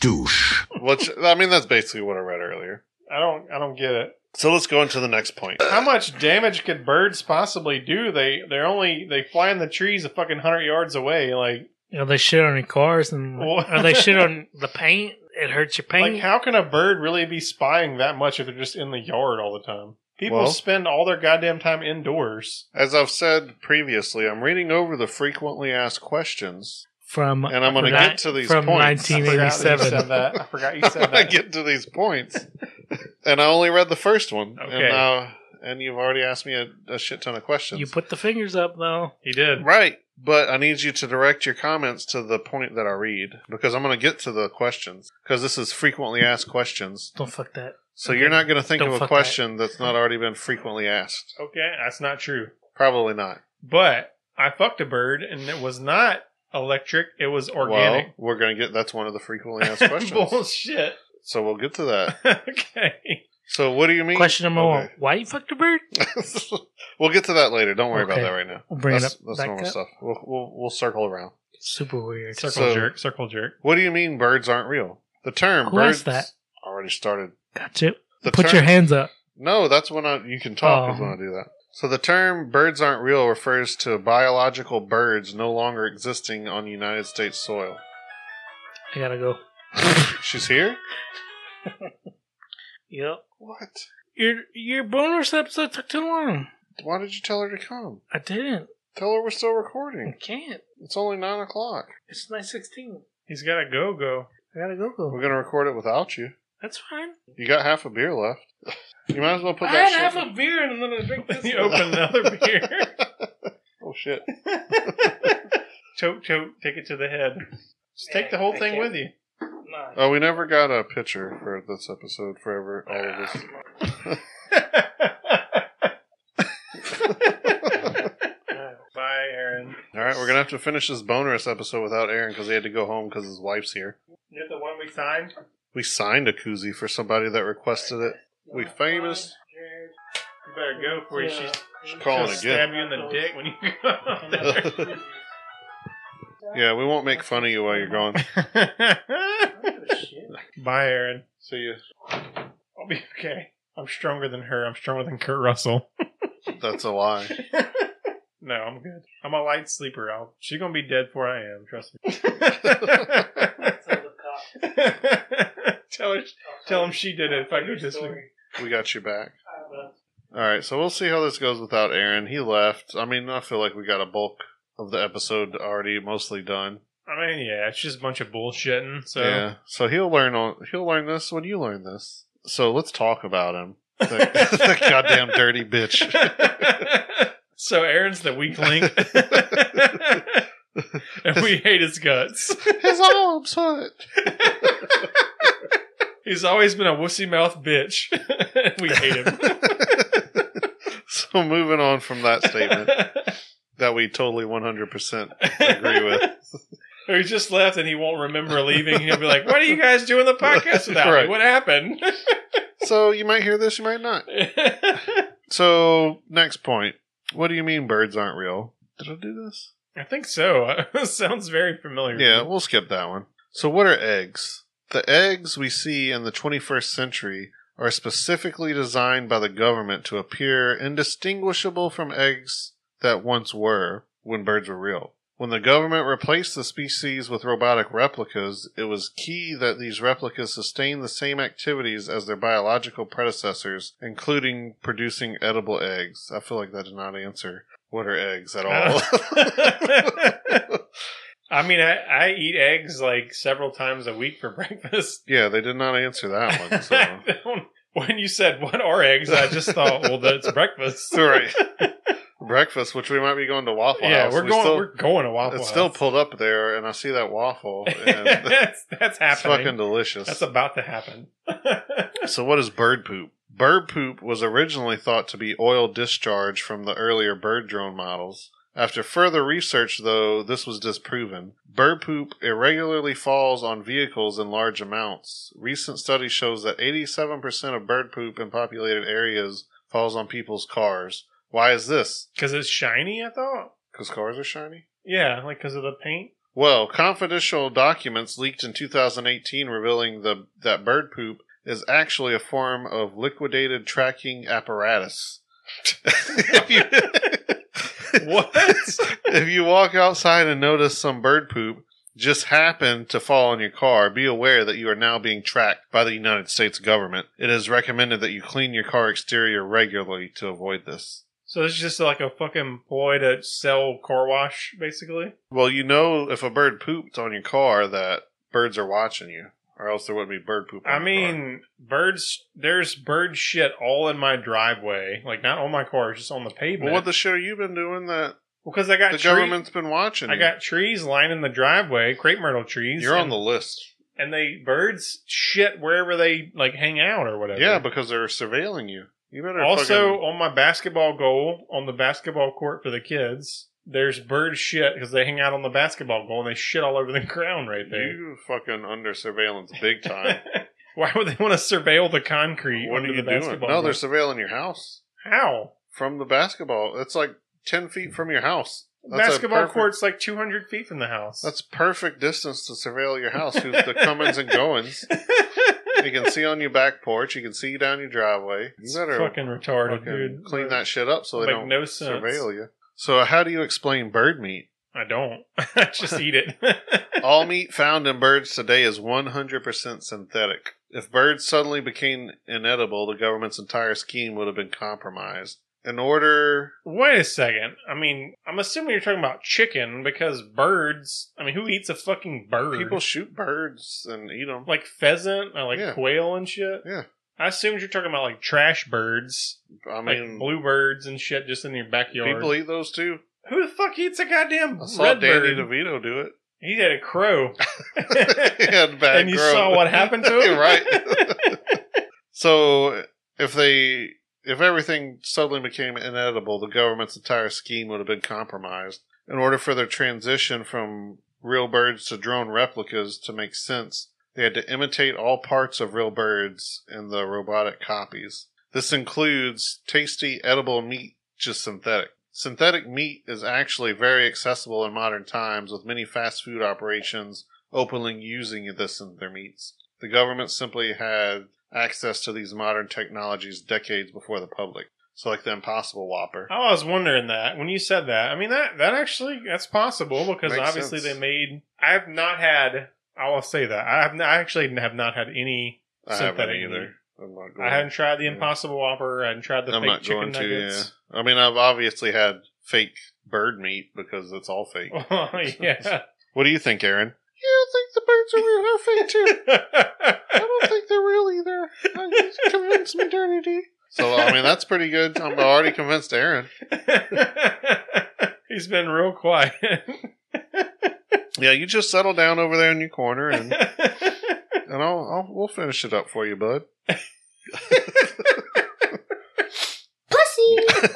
Speaker 7: Douche.
Speaker 3: <laughs> Which I mean, that's basically what I read earlier.
Speaker 1: I don't. I don't get it.
Speaker 3: So let's go into the next point.
Speaker 1: How much damage could birds possibly do? They they're only they fly in the trees a fucking hundred yards away. Like
Speaker 2: You know, they shit on your cars and
Speaker 1: What?
Speaker 2: or they shit
Speaker 1: <laughs>
Speaker 2: on the paint. It hurts your paint.
Speaker 1: like how can a bird really be spying that much if they're just in the yard all the time? People
Speaker 3: Well-
Speaker 1: spend all their goddamn time indoors.
Speaker 3: As I've said previously, I'm reading over the frequently asked questions,
Speaker 2: from
Speaker 3: and I'm going to
Speaker 2: from ni-
Speaker 3: get to these
Speaker 2: from
Speaker 3: points.
Speaker 1: I forgot that you
Speaker 2: 1987.
Speaker 1: said that. I forgot you
Speaker 3: <laughs> I'm
Speaker 1: said
Speaker 3: going
Speaker 1: that.
Speaker 3: to get to these points, and I only read the first one.
Speaker 1: Okay.
Speaker 3: And, now and you've already asked me a, a shit ton of questions.
Speaker 2: You put the fingers up though.
Speaker 1: he did.
Speaker 3: right, but I need you to direct your comments to the point that I read because I'm going to get to the questions because this is frequently asked questions.
Speaker 2: Don't fuck that.
Speaker 3: So you're not going to think
Speaker 2: Don't
Speaker 3: of a
Speaker 2: fuck
Speaker 3: question that's not already been frequently asked.
Speaker 1: Okay, that's not true.
Speaker 3: Probably not.
Speaker 1: But I fucked a bird and it was not electric. It was organic.
Speaker 3: Well, we're going to get that's one of the
Speaker 2: <laughs>
Speaker 3: frequently asked questions.
Speaker 1: <laughs> Bullshit.
Speaker 3: so we'll get to that.
Speaker 1: okay.
Speaker 3: So what do you mean?
Speaker 2: Question number one:
Speaker 3: Okay. <laughs>
Speaker 2: Why you fucked a bird?
Speaker 3: we'll get to that later. Don't worry
Speaker 2: Okay.
Speaker 3: about that right now.
Speaker 2: We'll bring
Speaker 3: that's
Speaker 2: it up
Speaker 3: that's
Speaker 2: back
Speaker 3: normal
Speaker 2: up.
Speaker 3: stuff. We'll, we'll we'll circle around.
Speaker 2: Super weird.
Speaker 1: Circle
Speaker 3: So-
Speaker 1: jerk. Circle jerk.
Speaker 3: What do you mean birds aren't real? The term
Speaker 2: Who
Speaker 3: birds
Speaker 2: asked that?
Speaker 3: already started.
Speaker 2: Gotcha.
Speaker 3: The
Speaker 2: Put
Speaker 3: term-
Speaker 2: your hands up.
Speaker 3: No, that's when I you can talk
Speaker 2: Oh.
Speaker 3: is when I do that. So the term birds aren't real refers to biological birds no longer existing on United States soil.
Speaker 2: I gotta go.
Speaker 3: She's here?
Speaker 2: Yep.
Speaker 3: What?
Speaker 2: Your your bonus episode took too long.
Speaker 3: Why did you tell her to come?
Speaker 2: I didn't.
Speaker 3: Tell her we're still
Speaker 2: I
Speaker 3: recording.
Speaker 2: can't.
Speaker 3: It's only nine o'clock.
Speaker 2: It's nine sixteen.
Speaker 1: He's got a
Speaker 3: <laughs>
Speaker 1: go go.
Speaker 2: I gotta go.
Speaker 3: We're
Speaker 2: go.
Speaker 3: gonna record it without you.
Speaker 2: That's fine.
Speaker 3: You got half a beer left. <laughs> You might as well put
Speaker 2: I
Speaker 3: that shit.
Speaker 2: had half a beer and then I
Speaker 1: <laughs>
Speaker 2: drink this.
Speaker 1: He
Speaker 2: one. <laughs>
Speaker 1: opened another beer.
Speaker 3: oh shit!
Speaker 1: choke, choke. Take it to the head. Just take the whole thing with you. <laughs>
Speaker 2: Nah.
Speaker 3: Oh, we never got a picture for this episode. Forever, all of us.
Speaker 1: Bye, Aaron.
Speaker 3: All right, we're gonna have to finish this bonus episode without Aaron because he had to go home because his wife's here.
Speaker 1: You the one we signed?
Speaker 3: We signed a koozie for somebody that requested it. We famous. <laughs>
Speaker 1: You better go for it. She's
Speaker 3: She's calling
Speaker 1: she'll
Speaker 3: again.
Speaker 1: stab you in
Speaker 2: Oh,
Speaker 1: the dick when you go out there.
Speaker 3: yeah, we won't make fun of you while you're gone.
Speaker 1: <laughs> Bye, Aaron.
Speaker 3: See you.
Speaker 1: I'll be okay. I'm stronger than her. I'm stronger than Kurt Russell.
Speaker 3: That's a lie.
Speaker 1: no, I'm good. I'm a light sleeper. I'll, she's gonna be dead before I am.
Speaker 3: <laughs>
Speaker 1: Trust me. <laughs> tell her, tell him she did it. If I go just
Speaker 3: We got you back. All right, so we'll see how this goes without Aaron. He left. I mean, I feel like we got a bulk of the episode already mostly done.
Speaker 1: I mean, yeah, it's just a bunch of bullshitting. So
Speaker 3: Yeah. So he'll learn on he'll learn this when you learn this. So let's talk about
Speaker 1: <laughs>
Speaker 3: him. <laughs> That, that goddamn dirty bitch.
Speaker 1: <laughs> so Aaron's the weak link, <laughs> and we hate his guts.
Speaker 3: His arms hurt.
Speaker 1: He's always been a wussy mouth bitch. <laughs> we hate him.
Speaker 3: <laughs> so moving on from that statement that we totally 100% agree with.
Speaker 1: <laughs> Or he just left and he won't remember leaving. He'll be like, "What are you guys doing the podcast without
Speaker 3: Right.
Speaker 1: me? What happened?" <laughs>
Speaker 3: So you might hear this, you might not. So next point. What do you mean birds aren't real? Did I do this?
Speaker 1: I think so. <laughs> Sounds very familiar.
Speaker 3: Yeah, we'll skip that one. So what are eggs? The eggs we see in the 21st century are specifically designed by the government to appear indistinguishable from eggs that once were when birds were real. When the government replaced the species with robotic replicas, it was key that these replicas sustain the same activities as their biological predecessors, including producing edible eggs. I feel like that did not answer what are eggs at
Speaker 1: <laughs>
Speaker 3: all.
Speaker 1: <laughs>
Speaker 3: <laughs>
Speaker 1: I mean, I, I eat eggs like several times a week for <laughs> breakfast.
Speaker 3: yeah, they did not answer that one. So.
Speaker 1: <laughs> I don't- when you said what are eggs, I just thought, well, that's breakfast.
Speaker 3: right. Breakfast, which we might be going to Waffle
Speaker 1: <laughs> yeah,
Speaker 3: House.
Speaker 1: we're
Speaker 3: We
Speaker 1: going.
Speaker 3: still-
Speaker 1: we're going to Waffle
Speaker 3: it's
Speaker 1: House.
Speaker 3: still <laughs> pulled up there, and I see that
Speaker 1: <laughs>
Speaker 3: waffle, and
Speaker 1: that's,
Speaker 3: it's
Speaker 1: that's happening.
Speaker 3: fucking delicious.
Speaker 1: that's about to happen. <laughs>
Speaker 3: so, what is bird poop? Bird poop was originally thought to be oil discharge from the earlier bird drone models. After further research, though, this was disproven. Bird poop irregularly falls on vehicles in large amounts. Recent study shows that 87% of bird poop in populated areas falls on people's cars. Why is this?
Speaker 1: Because it's shiny, I thought.
Speaker 3: Because cars are shiny?
Speaker 1: Yeah, like because of the
Speaker 3: <laughs>
Speaker 1: paint.
Speaker 3: Well, confidential documents leaked in 2018 revealing the, that bird poop is actually a form of liquidated tracking apparatus. <laughs> if, you,
Speaker 1: What?
Speaker 3: <laughs> if you walk outside and notice some bird poop just happen to fall on your car, be aware that you are now being tracked by the United States government. It is recommended that you clean your car exterior regularly to avoid this.
Speaker 1: so this is just like a fucking ploy to sell car wash, basically.
Speaker 3: Well, you know if a bird pooped on your car that birds are watching you, or else there wouldn't be bird poop. on
Speaker 1: I
Speaker 3: your car.
Speaker 1: mean, birds. There's bird shit all in my driveway. Like not on my car, just on the
Speaker 3: well,
Speaker 1: pavement.
Speaker 3: what the shit have you been doing that
Speaker 1: because I got
Speaker 3: the
Speaker 1: tree-
Speaker 3: government's been watching?
Speaker 1: I
Speaker 3: you?
Speaker 1: got trees lining the driveway, crepe myrtle trees.
Speaker 3: You're on
Speaker 1: and-
Speaker 3: the list.
Speaker 1: and they birds shit wherever they like hang out or whatever.
Speaker 3: Yeah, because they're surveilling you. You better
Speaker 1: also
Speaker 3: fucking-
Speaker 1: on my basketball goal on the basketball court for the kids, there's bird shit because they hang out on the basketball goal and they shit all over the <laughs> ground right there.
Speaker 3: you fucking under surveillance big
Speaker 1: <laughs>
Speaker 3: time.
Speaker 1: Why would they want to surveil the concrete
Speaker 3: what are
Speaker 1: under
Speaker 3: you
Speaker 1: the
Speaker 3: doing?
Speaker 1: basketball?
Speaker 3: No,
Speaker 1: goal?
Speaker 3: they're surveilling your house
Speaker 1: how
Speaker 3: from the basketball. It's like ten feet from your house. That's a
Speaker 1: basketball
Speaker 3: perfect-
Speaker 1: court's like 200 feet from the house.
Speaker 3: That's perfect distance to surveil your house. Who's the comings and
Speaker 1: <laughs>
Speaker 3: goings? You can see on your back porch. You can see down your driveway. You
Speaker 1: It's
Speaker 3: better
Speaker 1: fucking retarded,
Speaker 3: fucking
Speaker 1: dude.
Speaker 3: clean that shit up so they
Speaker 1: Make
Speaker 3: don't
Speaker 1: no sense.
Speaker 3: surveil you. So, uh, how do you explain bird meat?
Speaker 1: I don't. <laughs> I just eat it. <laughs>
Speaker 3: All meat found in birds today is 100% synthetic. If birds suddenly became inedible, the government's entire scheme would have been compromised. In order,
Speaker 1: Wait a second. I mean, I'm assuming you're talking about chicken because birds. I mean, who eats a fucking bird?
Speaker 3: people shoot birds and eat them.
Speaker 1: like pheasant or like
Speaker 3: Yeah.
Speaker 1: quail and shit.
Speaker 3: Yeah.
Speaker 1: I assumed you're talking about like trash birds,
Speaker 3: I
Speaker 1: like
Speaker 3: mean,
Speaker 1: bluebirds and shit, just in your backyard.
Speaker 3: people eat those too.
Speaker 1: who the fuck eats a goddamn
Speaker 3: I saw
Speaker 1: red
Speaker 3: Danny
Speaker 1: bird?
Speaker 3: DeVito do it.
Speaker 1: He had a
Speaker 3: <laughs>
Speaker 1: crow. <laughs>
Speaker 3: He had bad
Speaker 1: and you
Speaker 3: growth.
Speaker 1: saw what
Speaker 3: <laughs>
Speaker 1: happened to him,
Speaker 3: Right. So, if they, if everything suddenly became inedible, the government's entire scheme would have been compromised. In order for their transition from real birds to drone replicas to make sense, they had to imitate all parts of real birds in the robotic copies. This includes tasty, edible meat, just synthetic. Synthetic meat is actually very accessible in modern times, with many fast food operations openly using this in their meats. The government simply had access to these modern technologies decades before the public. So, like the Impossible Whopper.
Speaker 1: <laughs> I was wondering that when you said that. I mean that that actually that's possible because
Speaker 3: Makes
Speaker 1: obviously
Speaker 3: sense.
Speaker 1: they made. I have not had. I will say that I have. Not, I actually have not had any.
Speaker 3: I haven't
Speaker 1: synthetic meat.
Speaker 3: either. I'm not going
Speaker 1: I haven't tried the
Speaker 3: yeah.
Speaker 1: Impossible Whopper. I haven't tried the
Speaker 3: Mm. I'm
Speaker 1: fake
Speaker 3: not
Speaker 1: chicken
Speaker 3: going to. Yeah.
Speaker 1: nuggets.
Speaker 3: I mean, I've obviously had fake bird meat because it's all fake.
Speaker 1: <laughs> Oh, yeah.
Speaker 3: What do you think, Aaron? You think the birds are real? fake <laughs> too. I don't think they're real either. Convince me, Dirty D. So I mean, that's pretty good. I'm already convinced, Aaron.
Speaker 1: <laughs> He's been real quiet.
Speaker 3: Yeah, you just settle down over there in your corner, and, and
Speaker 1: That's
Speaker 3: I'll, I'll we'll finish it up for you, bud. <laughs>
Speaker 8: Pussy.
Speaker 3: <laughs>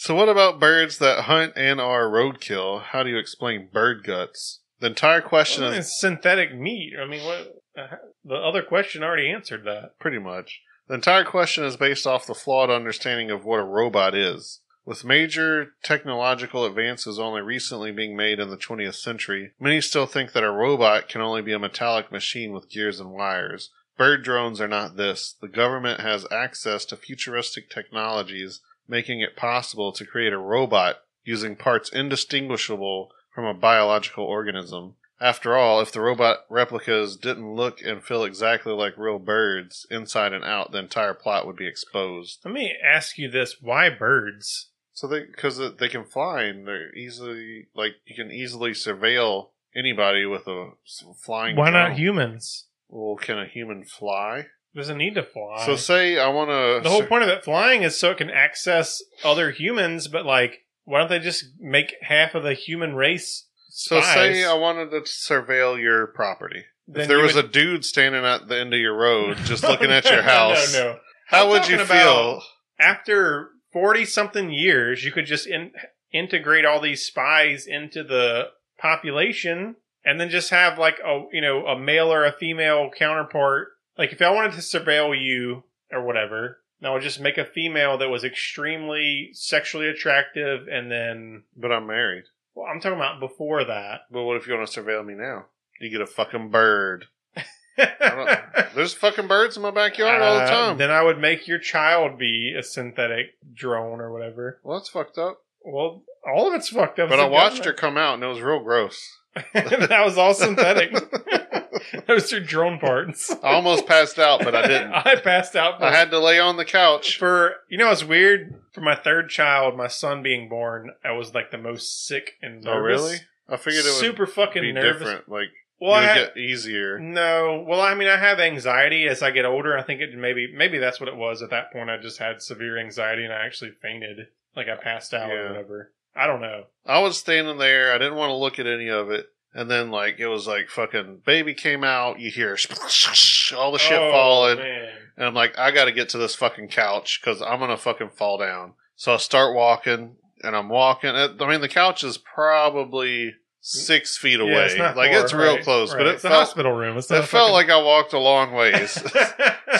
Speaker 3: So, what about birds that hunt and are roadkill? How do you explain bird guts? The entire question is
Speaker 1: <laughs> synthetic meat. I mean, what? Uh, the other question already answered that.
Speaker 3: pretty much. The entire question is based off the flawed understanding of what a robot is. With major technological advances only recently being made in the 20th century, many still think that a robot can only be a metallic machine with gears and wires. Bird drones are not this. The government has access to futuristic technologies, making it possible to create a robot using parts indistinguishable from a biological organism. After all, if the robot replicas didn't look and feel exactly like real birds, inside and out, the entire plot would be exposed.
Speaker 1: Let me ask you this: Why birds?
Speaker 3: So they, because they can fly and they're easily, like, you can easily surveil anybody with a s- flying
Speaker 1: Why not
Speaker 3: drone.
Speaker 1: humans?
Speaker 3: Well, can a human fly?
Speaker 1: There's a need to fly.
Speaker 3: So say I want to.
Speaker 1: the whole point of it flying is so it can access other humans, but like, why don't they just make half of the human race?
Speaker 3: So say
Speaker 1: spies?
Speaker 3: I wanted to surveil your property.
Speaker 1: Then
Speaker 3: if there
Speaker 1: you
Speaker 3: was
Speaker 1: would- <laughs>
Speaker 3: a dude standing at the end of your road, just looking at your
Speaker 1: No,
Speaker 3: house,
Speaker 1: No, no.
Speaker 3: how
Speaker 1: I'm
Speaker 3: would you
Speaker 1: talking
Speaker 3: feel?
Speaker 1: about- After forty something years, you could just in- integrate all these spies into the population, and then just have like a you know a male or a female counterpart. Like if I wanted to surveil you or whatever, I would just make a female that was extremely sexually attractive, and then
Speaker 3: But I'm married.
Speaker 1: well, I'm talking about before that.
Speaker 3: But what if you want to surveil me now? You get a fucking bird.
Speaker 1: <laughs>
Speaker 3: don't- There's fucking birds in my backyard all the
Speaker 1: Uh,
Speaker 3: time.
Speaker 1: Then I would make your child be a synthetic drone or whatever.
Speaker 3: well, that's fucked up.
Speaker 1: Well, all of it's fucked up.
Speaker 3: But
Speaker 1: It's
Speaker 3: I
Speaker 1: a
Speaker 3: watched her
Speaker 1: government.
Speaker 3: come out, and it was real gross.
Speaker 1: <laughs> that was all <laughs> synthetic. Those are drone parts.
Speaker 3: <laughs> I almost passed out, but I didn't.
Speaker 1: <laughs> I passed out. For,
Speaker 3: I had to lay on the couch.
Speaker 1: for you know, it's weird. For my third child, my son being born, I was like the most sick and
Speaker 3: Oh,
Speaker 1: nervous.
Speaker 3: really? I figured it would
Speaker 1: Super fucking
Speaker 3: be
Speaker 1: nervous.
Speaker 3: different. Like,
Speaker 1: Well, I
Speaker 3: you would
Speaker 1: had-
Speaker 3: get easier.
Speaker 1: No, well, I mean, I have anxiety as I get older. I think it maybe maybe that's what it was. At that point, I just had severe anxiety and I actually fainted, like I passed out
Speaker 3: Yeah.
Speaker 1: or whatever. I don't know.
Speaker 3: I was standing there. I didn't want to look at any of it. And then, like, it was like fucking baby came out. You hear <laughs> all the shit
Speaker 1: Oh,
Speaker 3: falling.
Speaker 1: man.
Speaker 3: And I'm like, I got to get to this fucking couch because I'm going to fucking fall down. So I start walking and I'm walking. I mean, the couch is probably six feet away.
Speaker 1: Yeah, it's not
Speaker 3: like,
Speaker 1: far,
Speaker 3: it's real
Speaker 1: right,
Speaker 3: close, but
Speaker 1: right.
Speaker 3: it
Speaker 1: it's a
Speaker 3: felt,
Speaker 1: hospital room. It's
Speaker 3: it felt like I walked a long
Speaker 1: <laughs>
Speaker 3: ways.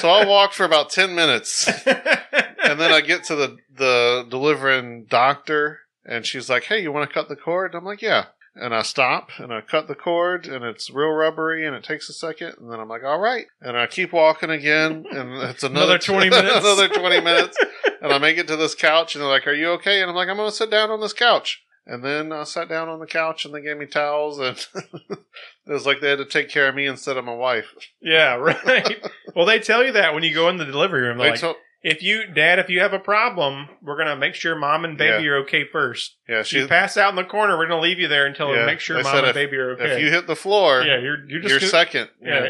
Speaker 3: so I walked for about 10 minutes. and then I get to the the delivering doctor, and she's like, "Hey, you want to cut the cord?" I'm like, "Yeah." And I stop and I cut the cord, and it's real rubbery, and it takes a second, and then I'm like, "All right," and I keep walking again, and it's another, <laughs>
Speaker 1: Another 20 minutes.
Speaker 3: another twenty minutes, and I make it to this couch, and they're like, "Are you okay?" And I'm like, "I'm gonna sit down on this couch." And then I sat down on the couch, and they gave me towels, and <laughs> it was like they had to take care of me instead of my wife.
Speaker 1: <laughs> yeah, right. Well, they tell you that when you go in the delivery room. They're
Speaker 3: They
Speaker 1: like,
Speaker 3: told-
Speaker 1: if you, Dad, if you have a problem, we're gonna make sure Mom and Baby are okay first.
Speaker 3: yeah,
Speaker 1: If you
Speaker 3: she.
Speaker 1: pass out in the corner, we're gonna leave you there until
Speaker 3: Yeah,
Speaker 1: we make sure
Speaker 3: they
Speaker 1: Mom
Speaker 3: said
Speaker 1: and
Speaker 3: if-
Speaker 1: Baby are okay.
Speaker 3: If you hit the floor,
Speaker 1: yeah, you're you're just
Speaker 3: you're
Speaker 1: gonna-
Speaker 3: second.
Speaker 1: Yeah.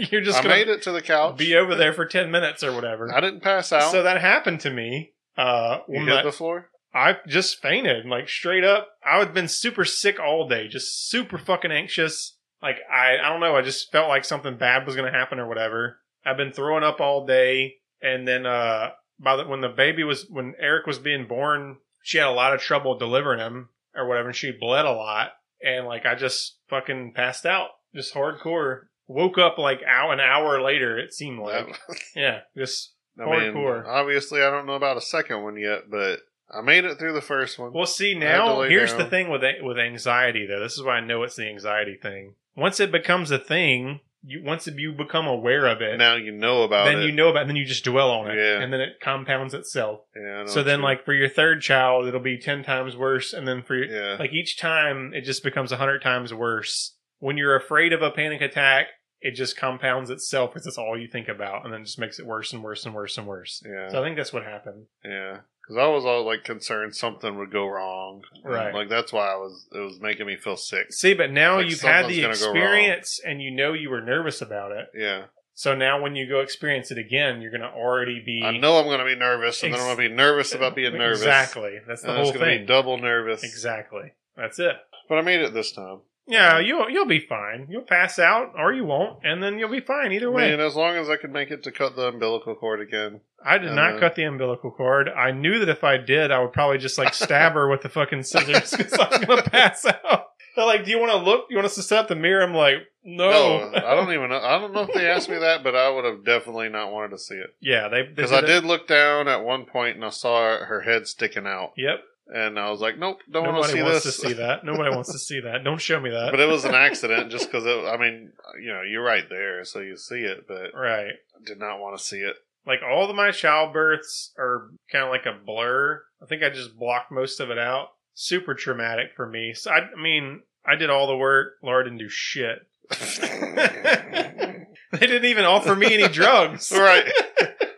Speaker 1: <laughs> You're just
Speaker 3: I
Speaker 1: gonna
Speaker 3: made it to the couch.
Speaker 1: be over there for ten minutes or whatever.
Speaker 3: I didn't pass out.
Speaker 1: So that happened to me. Uh,
Speaker 3: you
Speaker 1: when
Speaker 3: hit
Speaker 1: I-
Speaker 3: the floor.
Speaker 1: I just fainted, like straight up. I had been super sick all day, just super fucking anxious. Like I, I don't know. I just felt like something bad was gonna happen or whatever. I've been throwing up all day, and then uh, by the when the baby was when Eric was being born, she had a lot of trouble delivering him or whatever, and she bled a lot. And like I just fucking passed out, just hardcore. Woke up like hour, an hour later. It seemed like, yeah, just
Speaker 3: I mean,
Speaker 1: Hardcore.
Speaker 3: obviously, I don't know about a second one yet, but I made it through the first one.
Speaker 1: Well, see
Speaker 3: had to
Speaker 1: now,
Speaker 3: lay
Speaker 1: here's
Speaker 3: down.
Speaker 1: the thing with a- with anxiety though. This is why I know it's the anxiety thing. Once it becomes a thing, you once you become aware of it,
Speaker 3: now you know about
Speaker 1: then
Speaker 3: it.
Speaker 1: you know about. it, Then you just dwell on it,
Speaker 3: Yeah.
Speaker 1: and then it compounds itself.
Speaker 3: Yeah, I know
Speaker 1: So
Speaker 3: what
Speaker 1: then,
Speaker 3: you-
Speaker 1: like for your third child, it'll be ten times worse, and then for your,
Speaker 3: yeah,
Speaker 1: like each time, it just becomes a hundred times worse. When you're afraid of a panic attack, it just compounds itself because that's all you think about, and then just makes it worse and worse and worse and worse.
Speaker 3: yeah,
Speaker 1: So I think that's what happened.
Speaker 3: yeah. Because I was all like concerned something would go wrong. And,
Speaker 1: Right.
Speaker 3: Like that's why I was. It was making me feel sick.
Speaker 1: See, but now
Speaker 3: Like
Speaker 1: you've had
Speaker 3: something's
Speaker 1: the
Speaker 3: gonna go wrong.
Speaker 1: experience and you know you were nervous about it.
Speaker 3: Yeah.
Speaker 1: So now when you go experience it again, you're going to already be.
Speaker 3: I know I'm going to be nervous, and then
Speaker 1: Ex-
Speaker 3: I'm going to be nervous about being nervous.
Speaker 1: Exactly. That's the
Speaker 3: And
Speaker 1: whole
Speaker 3: it's going to
Speaker 1: thing.
Speaker 3: be double nervous.
Speaker 1: Exactly. That's it.
Speaker 3: But I made it this time.
Speaker 1: Yeah, you'll you'll be fine. You'll pass out or you won't, and then you'll be fine either
Speaker 3: I
Speaker 1: way.
Speaker 3: mean, as long as I could make it to cut the umbilical cord again,
Speaker 1: I did not
Speaker 3: uh,
Speaker 1: cut the umbilical cord. I knew that if I did, I would probably just like stab her with the fucking scissors <laughs> because I was gonna pass out. They're like, "Do you want to look? You want us to set up the mirror?" I'm like, "No."
Speaker 3: No, I don't even know. I don't know if they asked me that, but I would have definitely not wanted to see it.
Speaker 1: yeah, they they
Speaker 3: Because I
Speaker 1: it.
Speaker 3: did look down at one point and I saw her head sticking out.
Speaker 1: Yep.
Speaker 3: And I was like, nope, don't want to
Speaker 1: Nobody
Speaker 3: see
Speaker 1: wants
Speaker 3: this.
Speaker 1: to
Speaker 3: <laughs>
Speaker 1: see that. Nobody wants to see that. Don't show me that.
Speaker 3: but it
Speaker 1: <laughs>
Speaker 3: was an accident just because, I mean, you know, you're right there, so you see it, but
Speaker 1: right.
Speaker 3: I did not want to see it.
Speaker 1: Like all of my childbirths are kind of like a blur. I think I just blocked most of it out. Super traumatic for me. So I, I mean, I did all the work. Laura didn't do shit. <laughs> they didn't even offer me any drugs.
Speaker 3: <laughs>
Speaker 1: <laughs>
Speaker 3: Right.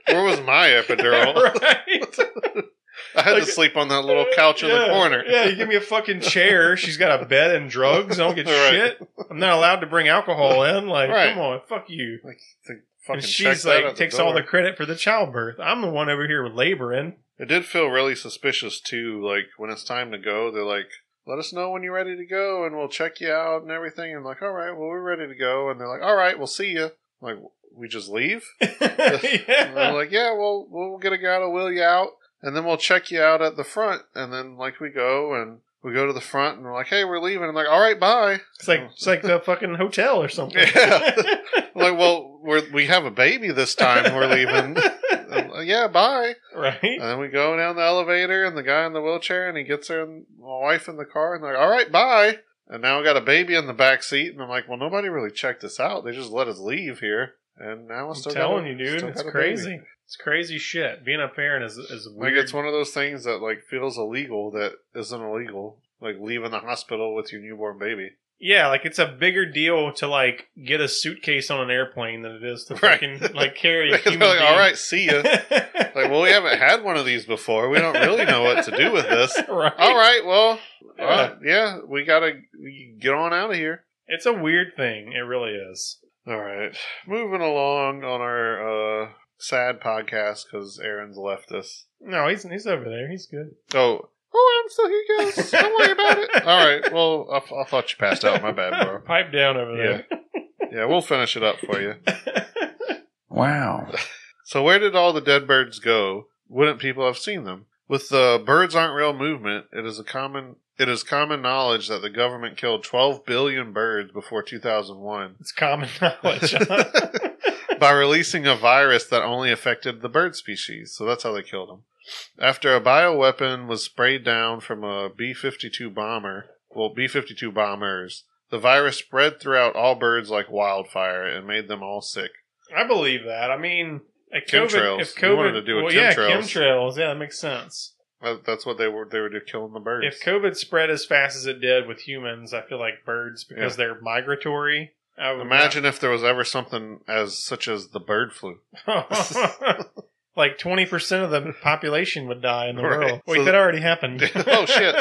Speaker 3: Where was my epidural?
Speaker 1: right.
Speaker 3: I had
Speaker 1: Like-
Speaker 3: to sleep on that little couch in
Speaker 1: Yeah,
Speaker 3: the corner.
Speaker 1: Yeah, you give me a fucking chair. She's got a bed and drugs. I don't
Speaker 3: <laughs>
Speaker 1: get
Speaker 3: Right.
Speaker 1: shit. I'm not allowed to bring alcohol in. Like,
Speaker 3: Right.
Speaker 1: come on, fuck you.
Speaker 3: Like, to fucking
Speaker 1: and
Speaker 3: check
Speaker 1: she's
Speaker 3: that
Speaker 1: like
Speaker 3: at the
Speaker 1: takes all the
Speaker 3: door.
Speaker 1: credit for the childbirth. I'm the one over
Speaker 3: <laughs>
Speaker 1: here laboring. <laughs>
Speaker 3: It did feel really suspicious too. Like when it's time to go, they're like, "Let us know when you're ready to go, and we'll check you out and everything." And like, "All right, well, we're ready to go." And they're like, "All right, we'll see you." like, we just
Speaker 1: <laughs>
Speaker 3: leave? And they're
Speaker 1: yeah.
Speaker 3: like, "Yeah, well, we'll get a guy to wheel you out, and then we'll check you out at the front." And then like we go and we go to the front, and we're like, "Hey, we're leaving." And like, "All right, bye."
Speaker 1: It's like it's like the fucking hotel or something. <laughs>
Speaker 3: Yeah. We're like, well, we're, we have a baby this time. We're
Speaker 1: <laughs>
Speaker 3: leaving. Uh, And, like, yeah, bye.
Speaker 1: right?
Speaker 3: And then we go down the elevator, and the guy in the wheelchair, and he gets her and my wife in the car, and they're like, "All right, bye." And now I got a baby in the back seat, and I'm like, well, nobody really checked this out. They just let us leave here, and now I
Speaker 1: I'm
Speaker 3: still
Speaker 1: telling
Speaker 3: got a,
Speaker 1: you, dude,
Speaker 3: still
Speaker 1: it's
Speaker 3: got a baby.
Speaker 1: crazy. It's crazy shit. Being a parent is is
Speaker 3: Like
Speaker 1: weird.
Speaker 3: it's one of those things that like feels illegal that isn't illegal, like leaving the hospital with your newborn
Speaker 1: <laughs>
Speaker 3: baby.
Speaker 1: yeah, like it's a bigger deal to like get a suitcase on an airplane than it is to
Speaker 3: Right.
Speaker 1: fucking
Speaker 3: <laughs>
Speaker 1: like carry a
Speaker 3: Like,
Speaker 1: human.
Speaker 3: like,
Speaker 1: being.
Speaker 3: all right, see
Speaker 1: <laughs>
Speaker 3: ya. like, well, we haven't had one of these before. We don't really know what to do with
Speaker 1: <laughs>
Speaker 3: this.
Speaker 1: right.
Speaker 3: All right, well,
Speaker 1: Yeah.
Speaker 3: uh, yeah, we gotta we get on out of here.
Speaker 1: It's a weird thing. It really is.
Speaker 3: All right, moving along on our uh, sad podcast because Aaron's left us.
Speaker 1: No, he's he's over there. He's good.
Speaker 3: Oh, oh, I'm still here, guys. Don't worry about it. All right, well, I, I thought you passed out. My bad, bro.
Speaker 1: <laughs> Pipe down over
Speaker 3: Yeah,
Speaker 1: there.
Speaker 3: yeah, we'll finish it up for you.
Speaker 6: Wow.
Speaker 3: So where did all the dead birds go? Wouldn't people have seen them? With the birds aren't real movement, it is a common it is common knowledge that the government killed 12 billion birds before 2001
Speaker 1: It's common knowledge.
Speaker 3: <laughs> by releasing a virus that only affected the bird species. So that's how they killed them. After a bioweapon was sprayed down from a B 52 bomber, well, B 52 bombers, the virus spread throughout all birds like wildfire and made them all sick.
Speaker 1: I believe that. I mean, a COVID,
Speaker 3: Chemtrails.
Speaker 1: If
Speaker 3: You
Speaker 1: COVID,
Speaker 3: wanted to do a
Speaker 1: well, yeah,
Speaker 3: chemtrails.
Speaker 1: chemtrails. Yeah, that makes sense.
Speaker 3: That- That's what they were, they were doing, killing the birds.
Speaker 1: If COVID spread as fast as it did with humans, I feel like birds because they're migratory. I would
Speaker 3: Imagine if there was ever something as such as the bird flu.
Speaker 1: not- <laughs> like twenty percent of the population would die in the
Speaker 3: Right.
Speaker 1: world. Wait,
Speaker 3: So-
Speaker 1: that already happened.
Speaker 3: <laughs> Oh, shit.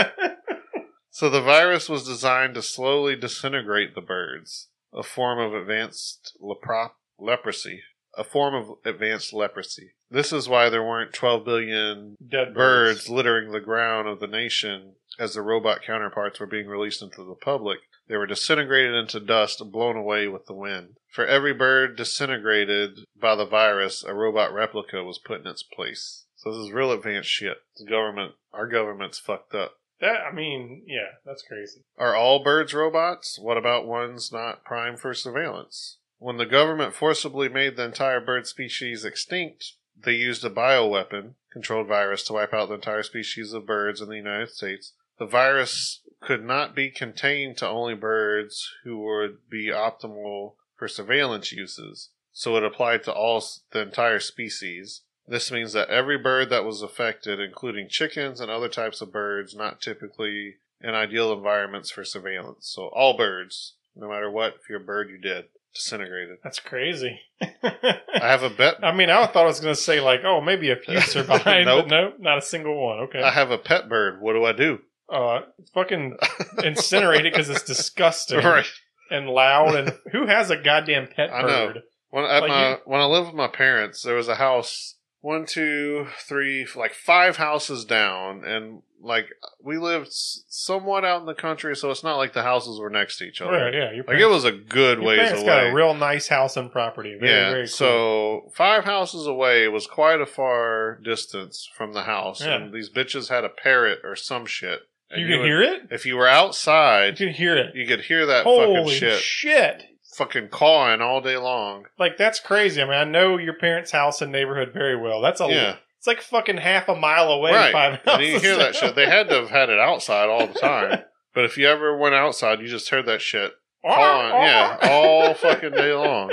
Speaker 3: So the virus was designed to slowly disintegrate the birds, a form of advanced lepro- leprosy, a form of advanced leprosy. This is why there weren't 12 billion
Speaker 1: <laughs> Dead
Speaker 3: birds littering the ground of the nation as the robot counterparts were being released into the public. They were disintegrated into dust and blown away with the wind. For every bird disintegrated by the virus, a robot replica was put in its place. So this is real advanced shit. The government, our government's fucked up.
Speaker 1: That I mean, yeah, that's crazy.
Speaker 3: Are all birds robots? What about ones not prime for surveillance? When the government forcibly made the entire bird species extinct, they used a bioweapon controlled virus to wipe out the entire species of birds in the United States. The virus could not be contained to only birds who would be optimal for surveillance uses, so it applied to all s- the entire species. This means that every bird that was affected, including chickens and other types of birds not typically in ideal environments for surveillance. So all birds, no matter what, if you're a bird, you're dead, disintegrated.
Speaker 1: That's crazy. <laughs>
Speaker 3: I have a bet.
Speaker 1: I mean, I thought I was going to say like, oh, maybe a few
Speaker 3: <laughs>
Speaker 1: survived.
Speaker 3: Nope.
Speaker 1: but nope, not a single one. Okay,
Speaker 3: I have a pet bird. What do I do?
Speaker 1: uh, fucking incinerate it because it's disgusting
Speaker 3: <laughs> Right.
Speaker 1: and loud. And who has a goddamn pet
Speaker 3: I know.
Speaker 1: bird?
Speaker 3: When at
Speaker 1: Like
Speaker 3: my
Speaker 1: you-
Speaker 3: when I lived with my parents, there was a house one, two, three, f- like five houses down, and like we lived s- somewhat out in the country, so it's not like the houses were next to each other.
Speaker 1: Right, yeah, your
Speaker 3: Like it
Speaker 1: parents,
Speaker 3: was a good
Speaker 1: your
Speaker 3: ways
Speaker 1: parents got
Speaker 3: away.
Speaker 1: a real nice house and property. Very,
Speaker 3: yeah,
Speaker 1: very cool.
Speaker 3: so five houses away was quite a far distance from the house,
Speaker 1: Yeah.
Speaker 3: and these bitches had a parrot or some shit. And
Speaker 1: you can
Speaker 3: would-
Speaker 1: hear it.
Speaker 3: if you were outside,
Speaker 1: You can hear it.
Speaker 3: you could hear that fucking
Speaker 1: Holy
Speaker 3: shit,
Speaker 1: shit!
Speaker 3: fucking cawing all day long.
Speaker 1: Like that's crazy. I mean, I know your parents' house and neighborhood very well. That's a
Speaker 3: yeah,
Speaker 1: It's like fucking half a mile away.
Speaker 3: right.
Speaker 1: Five
Speaker 3: And you
Speaker 1: houses
Speaker 3: hear that
Speaker 1: down.
Speaker 3: shit. They had to have had it outside all the
Speaker 1: <laughs>
Speaker 3: time. But if you ever went outside, you just heard that shit cawing,
Speaker 1: <laughs>
Speaker 3: yeah, <laughs> all fucking day long.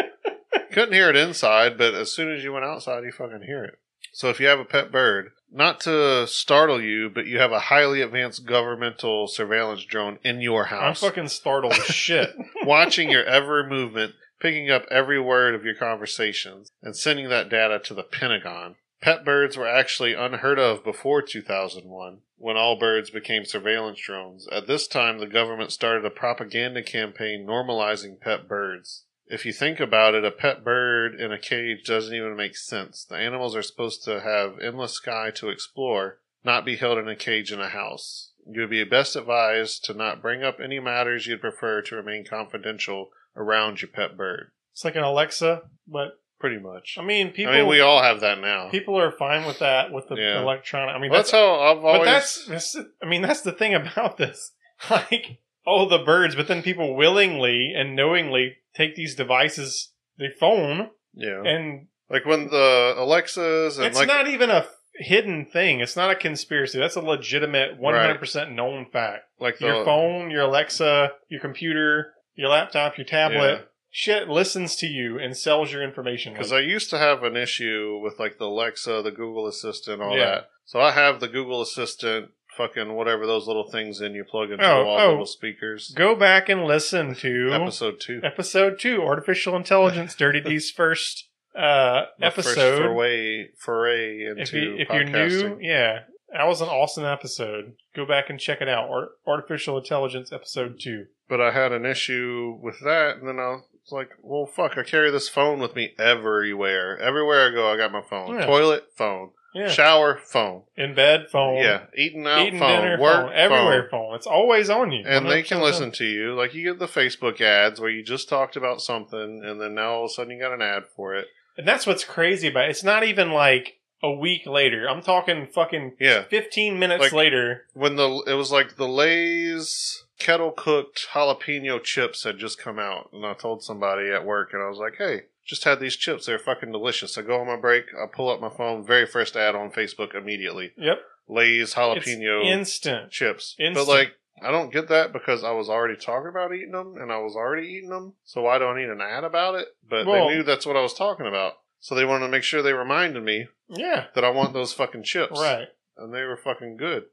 Speaker 3: Couldn't hear it inside, but as soon as you went outside, you fucking hear it. So if you have a pet bird, not to startle you, but you have a highly advanced governmental surveillance drone in your
Speaker 1: I'm
Speaker 3: house,
Speaker 1: fucking startled as shit.
Speaker 3: watching your every movement, picking up every word of your conversations, and sending that data to the Pentagon. Pet birds were actually unheard of before 2001, when all birds became surveillance drones. At this time, the government started a propaganda campaign normalizing pet birds. If you think about it, a pet bird in a cage doesn't even make sense. The animals are supposed to have endless sky to explore, not be held in a cage in a house. You would be best advised to not bring up any matters you'd prefer to remain confidential around your pet bird.
Speaker 1: It's like an Alexa, but
Speaker 3: Pretty much.
Speaker 1: I mean, people.
Speaker 3: I mean, we all have that now.
Speaker 1: people are fine with that with the
Speaker 3: Yeah.
Speaker 1: electronic. I mean,
Speaker 3: Well, that's,
Speaker 1: that's,
Speaker 3: how I've always.
Speaker 1: but that's, that's I mean, that's the thing about this. <laughs> Like, oh, the birds, but then people willingly and knowingly take these devices, their phone,
Speaker 3: yeah.
Speaker 1: and
Speaker 3: Like when the Alexas and
Speaker 1: it's
Speaker 3: like
Speaker 1: not even a. hidden thing. It's not a conspiracy. That's a legitimate, one hundred percent known fact.
Speaker 3: Like the,
Speaker 1: your phone, your Alexa, your computer, your laptop, your tablet, shit listens to you and sells your information.
Speaker 3: Because I used to have an issue with like the Alexa, the Google Assistant, all
Speaker 1: Yeah.
Speaker 3: that. So I have the Google Assistant, fucking whatever those little things in you plug into
Speaker 1: Oh,
Speaker 3: all the
Speaker 1: oh.
Speaker 3: little speakers.
Speaker 1: Go back and listen to episode,
Speaker 3: Episode two,
Speaker 1: two, artificial intelligence, Dirty D's first uh,
Speaker 3: My first
Speaker 1: episode.
Speaker 3: foray, foray into
Speaker 1: if you, if you're
Speaker 3: podcasting.
Speaker 1: new, yeah, that was an awesome episode. Go back and check it out. Ar- Artificial Intelligence episode two.
Speaker 3: But I had an issue with that, and then I was like, "Well, fuck! I carry this phone with me everywhere. Everywhere I go, I got my phone.
Speaker 1: Yeah.
Speaker 3: Toilet phone,
Speaker 1: Yeah,
Speaker 3: shower phone,
Speaker 1: in bed phone.
Speaker 3: yeah, eating out
Speaker 1: eating
Speaker 3: phone,
Speaker 1: dinner
Speaker 3: work
Speaker 1: phone, everywhere
Speaker 3: phone.
Speaker 1: phone. It's always on you,
Speaker 3: And they can
Speaker 1: 100%
Speaker 3: listen to you. Like you get the Facebook ads where you just talked about something, and then now all of a sudden you got an ad for it.
Speaker 1: And that's what's crazy about it. It's not even like a week later. I'm talking fucking
Speaker 3: Yeah,
Speaker 1: 15 minutes
Speaker 3: Like-
Speaker 1: later.
Speaker 3: when the it was like the Lay's kettle cooked jalapeno chips had just come out, and I told somebody at work, and I was like, "Hey, just had these chips. They're fucking delicious." I go on my break, I pull up my phone, very first ad on Facebook immediately.
Speaker 1: Yep.
Speaker 3: Lay's
Speaker 1: It's
Speaker 3: jalapeno
Speaker 1: instant.
Speaker 3: chips,
Speaker 1: instant.
Speaker 3: but like. I don't get that because I was already talking about eating them and I was already eating them, so I don't need an ad about it. But
Speaker 1: Well-
Speaker 3: they knew that's what I was talking about, so they wanted to make sure they reminded me
Speaker 1: Yeah.
Speaker 3: that I want those fucking chips, <laughs>
Speaker 1: Right.
Speaker 3: And they were fucking good.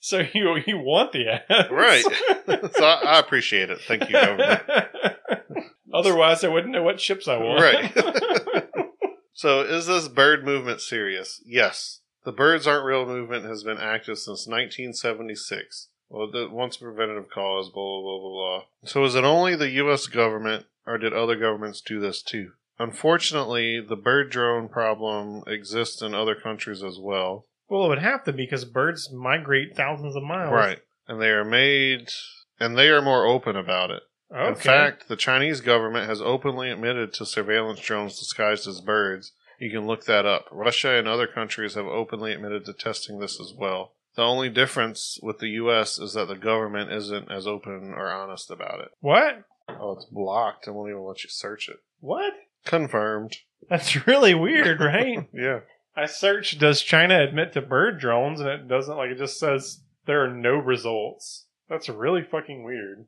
Speaker 1: so you you want the ads.
Speaker 3: Right. so I, I appreciate it. Thank you,
Speaker 1: <laughs>
Speaker 3: government.
Speaker 1: Otherwise, I wouldn't know what chips I want.
Speaker 3: Right. so is this bird movement serious? Yes. The Birds Aren't Real movement has been active since 1976. Well, the once preventative cause, blah, blah, blah, blah, blah. So is it only the U.S. government, or did other governments do this too? Unfortunately, the bird drone problem exists in other countries as well.
Speaker 1: <laughs> well, it would have to because birds migrate thousands of miles.
Speaker 3: Right. And they are made, and they are more open about it.
Speaker 1: Okay.
Speaker 3: In fact, the Chinese government has openly admitted to surveillance drones disguised as birds. You can look that up. Russia and other countries have openly admitted to testing this as well. The only difference with the U.S. is that the government isn't as open or honest about it.
Speaker 1: what?
Speaker 3: Oh, it's blocked and won't even let you search it.
Speaker 1: What?
Speaker 3: Confirmed.
Speaker 1: That's really weird, right?
Speaker 3: Yeah. <laughs>
Speaker 1: I searched does China admit to bird drones and it doesn't like it just says there are no results. That's really fucking <laughs> weird.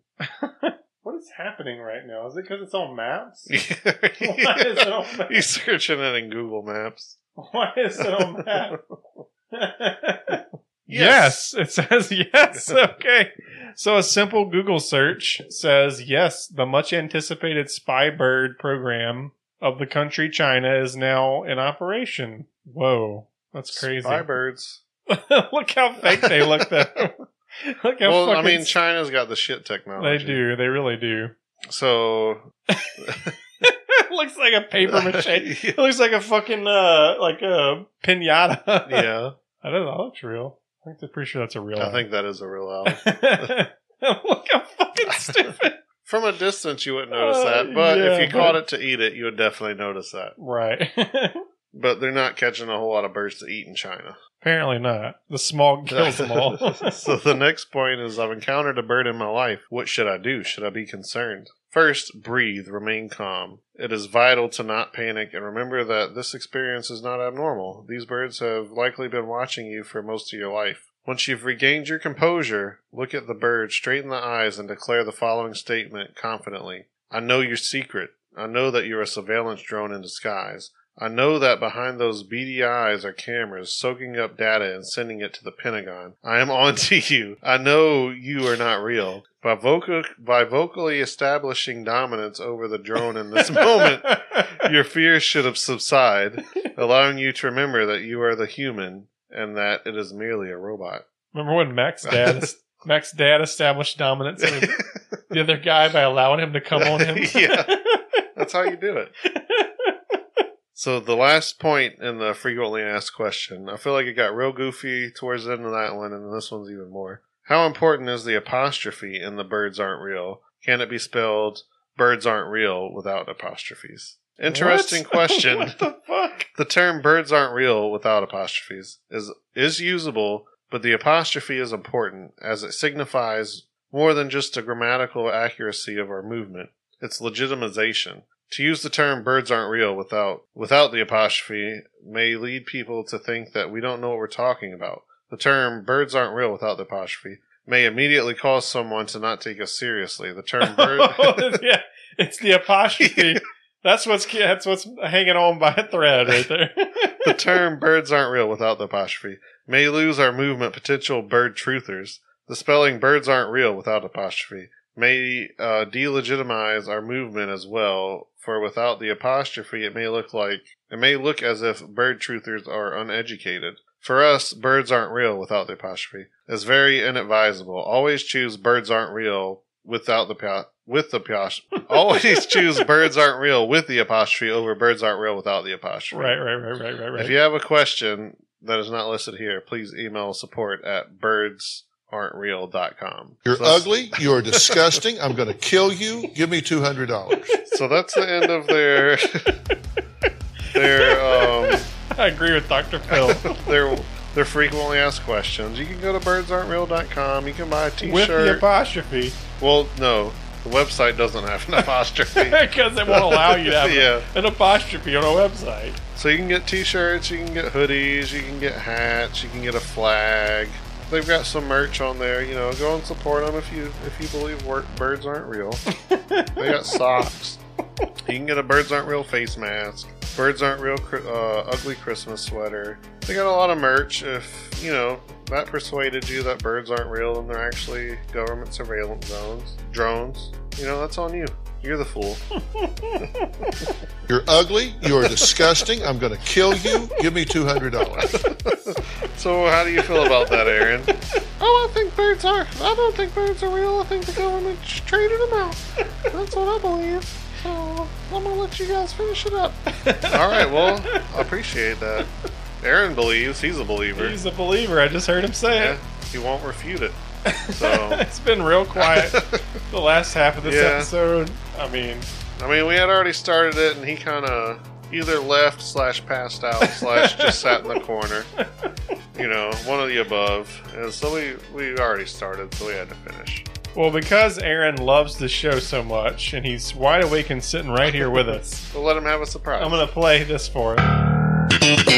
Speaker 1: what is happening right now? Is it because it's on <laughs> maps? Why is it on
Speaker 3: You're
Speaker 1: maps?
Speaker 3: searching it in Google Maps.
Speaker 1: Why is it on <laughs> maps?
Speaker 3: Yes.
Speaker 1: yes, it says <laughs> yes. Okay. So a simple Google search says yes, the much anticipated spy bird program of the country China is now in operation. Whoa. That's crazy.
Speaker 3: Spy birds.
Speaker 1: <laughs> look how fake they look though. <laughs> look how
Speaker 3: Well, I
Speaker 1: fucking
Speaker 3: mean, China's got the shit technology.
Speaker 1: they do. They really do. <laughs>
Speaker 3: So
Speaker 1: it looks like a
Speaker 3: <laughs>
Speaker 1: paper mache. it looks like a fucking uh like a pinata. <laughs>
Speaker 3: yeah,
Speaker 1: I don't know. That looks real. I think I'm pretty sure that's a real.
Speaker 3: I think that is a real owl.
Speaker 1: one. <laughs> look how
Speaker 3: <laughs>
Speaker 1: fucking stupid.
Speaker 3: From a distance, you wouldn't notice
Speaker 1: Uh,
Speaker 3: that, but
Speaker 1: yeah,
Speaker 3: if you
Speaker 1: but-
Speaker 3: caught it to eat it, you would definitely notice that.
Speaker 1: right. <laughs>
Speaker 3: But they're not catching a whole lot of birds to eat in China. <laughs>
Speaker 1: Apparently not. The smog kills them all. <laughs>
Speaker 3: so the next point is I've encountered a bird in my life. What should I do? Should I be concerned? First, breathe, remain calm. It is vital to not panic and remember that this experience is not abnormal. These birds have likely been watching you for most of your life. Once you've regained your composure, look at the bird straight in the eyes and declare the following statement confidently I know your secret. I know that you're a surveillance drone in disguise. I know that behind those beady eyes are cameras soaking up data and sending it to the Pentagon. I am <laughs> on to you. I know you are not real. By, vocal, by vocally establishing dominance over the drone in this moment, your fears should have subsided, allowing you to remember that you are the human and that it is merely a robot.
Speaker 1: Remember when Mac's
Speaker 3: <laughs>
Speaker 1: dad Mac's dad established dominance over the other guy by allowing him to come on him?
Speaker 3: <laughs>
Speaker 1: <laughs>
Speaker 3: Yeah. That's how you do it. So the last point in the frequently asked question, I feel like it got real goofy towards the end of that one, and then this one's even more. How important is the apostrophe in the birds aren't real? Can it be spelled birds aren't real without apostrophes? Interesting
Speaker 1: What? <laughs>
Speaker 3: question.
Speaker 1: what the
Speaker 3: <laughs>
Speaker 1: fuck?
Speaker 3: The term birds aren't real without apostrophes is is usable, but the apostrophe is important as it signifies more than just a grammatical accuracy of our movement, its legitimization. To use the term birds aren't real without without the apostrophe may lead people to think that we don't know what we're talking about. The term birds aren't real without the apostrophe may immediately cause someone to not take us seriously. The
Speaker 1: <laughs>
Speaker 3: term bird <laughs>
Speaker 1: yeah, it's the apostrophe. That's what's that's what's hanging on by a thread
Speaker 3: <laughs>
Speaker 1: right there. <laughs>
Speaker 3: the term birds aren't real without the apostrophe may lose our movement potential bird truthers. The spelling birds aren't real without apostrophe may uh, delegitimize our movement as well. For without the apostrophe, it may look like it may look as if bird truthers are uneducated. For us, birds aren't real without the apostrophe. It's very inadvisable. Always choose birds aren't real without the pa- with the apostrophe. Always choose birds aren't real with the apostrophe over birds aren't real without the apostrophe.
Speaker 1: right, right, right, right,
Speaker 3: If
Speaker 1: right, right.
Speaker 3: you have a question that is not listed here, please email support at birdsaren'treal.com.
Speaker 9: You're
Speaker 3: So that's-
Speaker 9: ugly. You are disgusting. I'm going to kill you. Give me two hundred dollars.
Speaker 3: So that's the end of
Speaker 1: <laughs>
Speaker 3: their their um,
Speaker 1: I agree with Doctor
Speaker 3: <laughs>
Speaker 1: Phil.
Speaker 3: their their frequently asked questions. You can go to birdsaren'treal.com. You can buy a
Speaker 1: with the
Speaker 3: t-shirt.
Speaker 1: apostrophe,
Speaker 3: well, no, the website doesn't
Speaker 1: <laughs>
Speaker 3: have an apostrophe.
Speaker 1: because it won't allow you to
Speaker 3: <laughs>
Speaker 1: have
Speaker 3: yeah.
Speaker 1: an apostrophe on a website.
Speaker 3: So you can get t-shirts, you can get hoodies, you can get hats, you can get a flag. They've got some merch on there, you know. Go and support them if you if you believe wor- birds aren't real. they got socks. You can get a birds aren't real face mask. Birds aren't real cri- uh, ugly Christmas sweater. They got a lot of merch. If you know that persuaded you that birds aren't real and they're actually government surveillance zones, drones. You know that's on you. You're the fool.
Speaker 9: You're ugly. You are disgusting. I'm going to kill you. Give me two hundred dollars.
Speaker 3: So how do you feel about that, Aaron? <laughs> oh, I think birds are. I don't think birds are real. I think the government sh- traded them out. That's what I believe. So I'm gonna let you guys finish it up. <laughs> All right. Well, I appreciate that. Aaron believes he's a believer.
Speaker 1: He's a believer. I just heard him say
Speaker 3: yeah,
Speaker 1: it.
Speaker 3: he won't refute <laughs> it. So
Speaker 1: <laughs>
Speaker 3: <laughs>
Speaker 1: it's been real quiet the last half of this
Speaker 3: Yeah.
Speaker 1: episode. I mean,
Speaker 3: I mean, we had already started it, and he kind of either left slash passed out slash just sat in the <laughs> corner. You know, one of the above. And so we we already started, so we had to finish.
Speaker 1: well, because Aaron loves the show so much and he's wide awake and sitting right here with us,
Speaker 3: We'll let him have a surprise.
Speaker 1: I'm going to play this for him.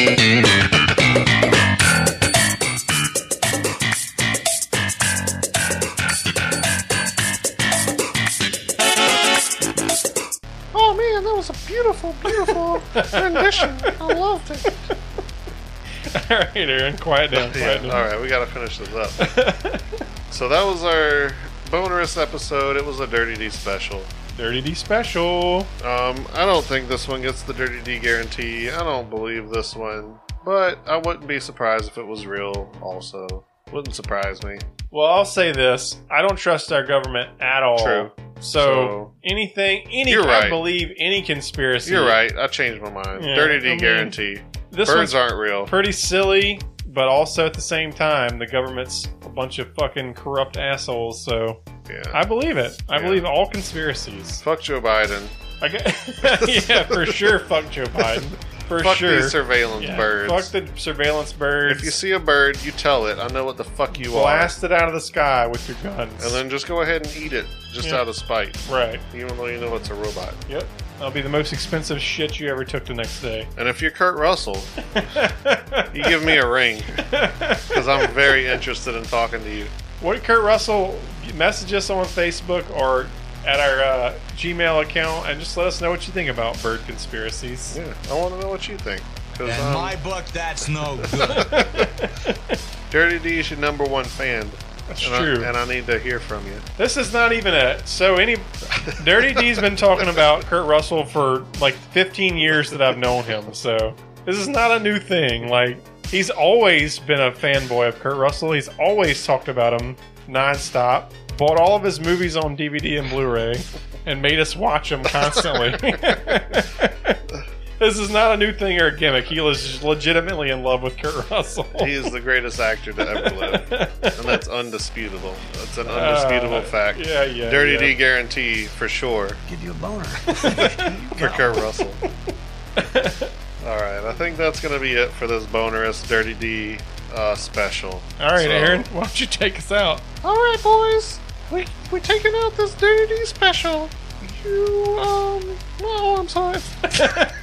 Speaker 3: Oh man, that was a beautiful,
Speaker 1: <laughs>
Speaker 3: beautiful rendition. I loved it.
Speaker 1: All right, Aaron, quiet down. Quiet
Speaker 3: all right, we gotta finish this up.
Speaker 1: down. <laughs>
Speaker 3: So that was our bonus episode. It was a Dirty D special.
Speaker 1: Dirty D special.
Speaker 3: Um, I don't think this one gets the Dirty D guarantee. I don't believe this one, but I wouldn't be surprised if it was real. Also, wouldn't surprise me.
Speaker 1: Well, I'll say this: I don't trust our government at all.
Speaker 3: True.
Speaker 1: So,
Speaker 3: So-
Speaker 1: anything, any,
Speaker 3: You're
Speaker 1: I
Speaker 3: right.
Speaker 1: believe any conspiracy.
Speaker 3: You're right. I changed my mind.
Speaker 1: Yeah,
Speaker 3: Dirty D
Speaker 1: I mean,
Speaker 3: guarantee.
Speaker 1: This
Speaker 3: Birds
Speaker 1: one's
Speaker 3: aren't real.
Speaker 1: pretty silly, but also at the same time, the government's a bunch of fucking corrupt assholes. So
Speaker 3: Yeah.
Speaker 1: I believe it. I
Speaker 3: Yeah.
Speaker 1: believe all conspiracies.
Speaker 3: Fuck Joe Biden.
Speaker 1: I gu- <laughs> yeah, for sure. Fuck Joe Biden. For
Speaker 3: Fuck
Speaker 1: sure.
Speaker 3: these surveillance
Speaker 1: Yeah,
Speaker 3: birds.
Speaker 1: Fuck the surveillance birds.
Speaker 3: if you see a bird, you tell it. I know what the fuck you are.
Speaker 1: blast it out of the sky with your guns.
Speaker 3: And then just go ahead and eat it, just
Speaker 1: Yeah.
Speaker 3: out of spite,
Speaker 1: right.
Speaker 3: even though you know it's a robot.
Speaker 1: Yep. That'll be the most expensive shit you ever took the next day.
Speaker 3: And if you're Kurt
Speaker 1: <laughs>
Speaker 3: Russell, you give me a ring because I'm very interested in talking to you.
Speaker 1: what Kurt Russell message us on Facebook or at our uh, Gmail account and just let us know what you think about bird conspiracies.
Speaker 3: Yeah, I want to know what you think. um, Because
Speaker 7: In my book, that's no good.
Speaker 3: Dirty D is your number one fan.
Speaker 1: That's
Speaker 3: and
Speaker 1: true.
Speaker 3: I, and I need to hear from you.
Speaker 1: this is not even a so any Dirty D's been talking about Kurt Russell for like 15 years that I've known him. So this is not a new thing. Like he's always been a fanboy of Kurt Russell. He's always talked about him nonstop. Bought all of his movies on DVD and Blu-ray, and made us watch them constantly. this is not a new thing or a gimmick. He is legitimately in love with Kurt Russell.
Speaker 3: He is the greatest actor to ever live, and
Speaker 1: <laughs>
Speaker 3: that's undisputable. That's an undisputable
Speaker 1: Uh,
Speaker 3: fact.
Speaker 1: Yeah, yeah.
Speaker 3: Dirty
Speaker 1: yeah.
Speaker 3: D guarantee for sure
Speaker 7: Give you a boner.
Speaker 3: for Kurt
Speaker 1: <laughs>
Speaker 3: Russell. All right, I think that's going to be it for this bonus Dirty D uh, special.
Speaker 1: All right,
Speaker 3: So-
Speaker 1: Aaron, why don't you take us out?
Speaker 3: All right, boys, we we taking out this Dirty D special.
Speaker 1: you, um, well, I'm sorry.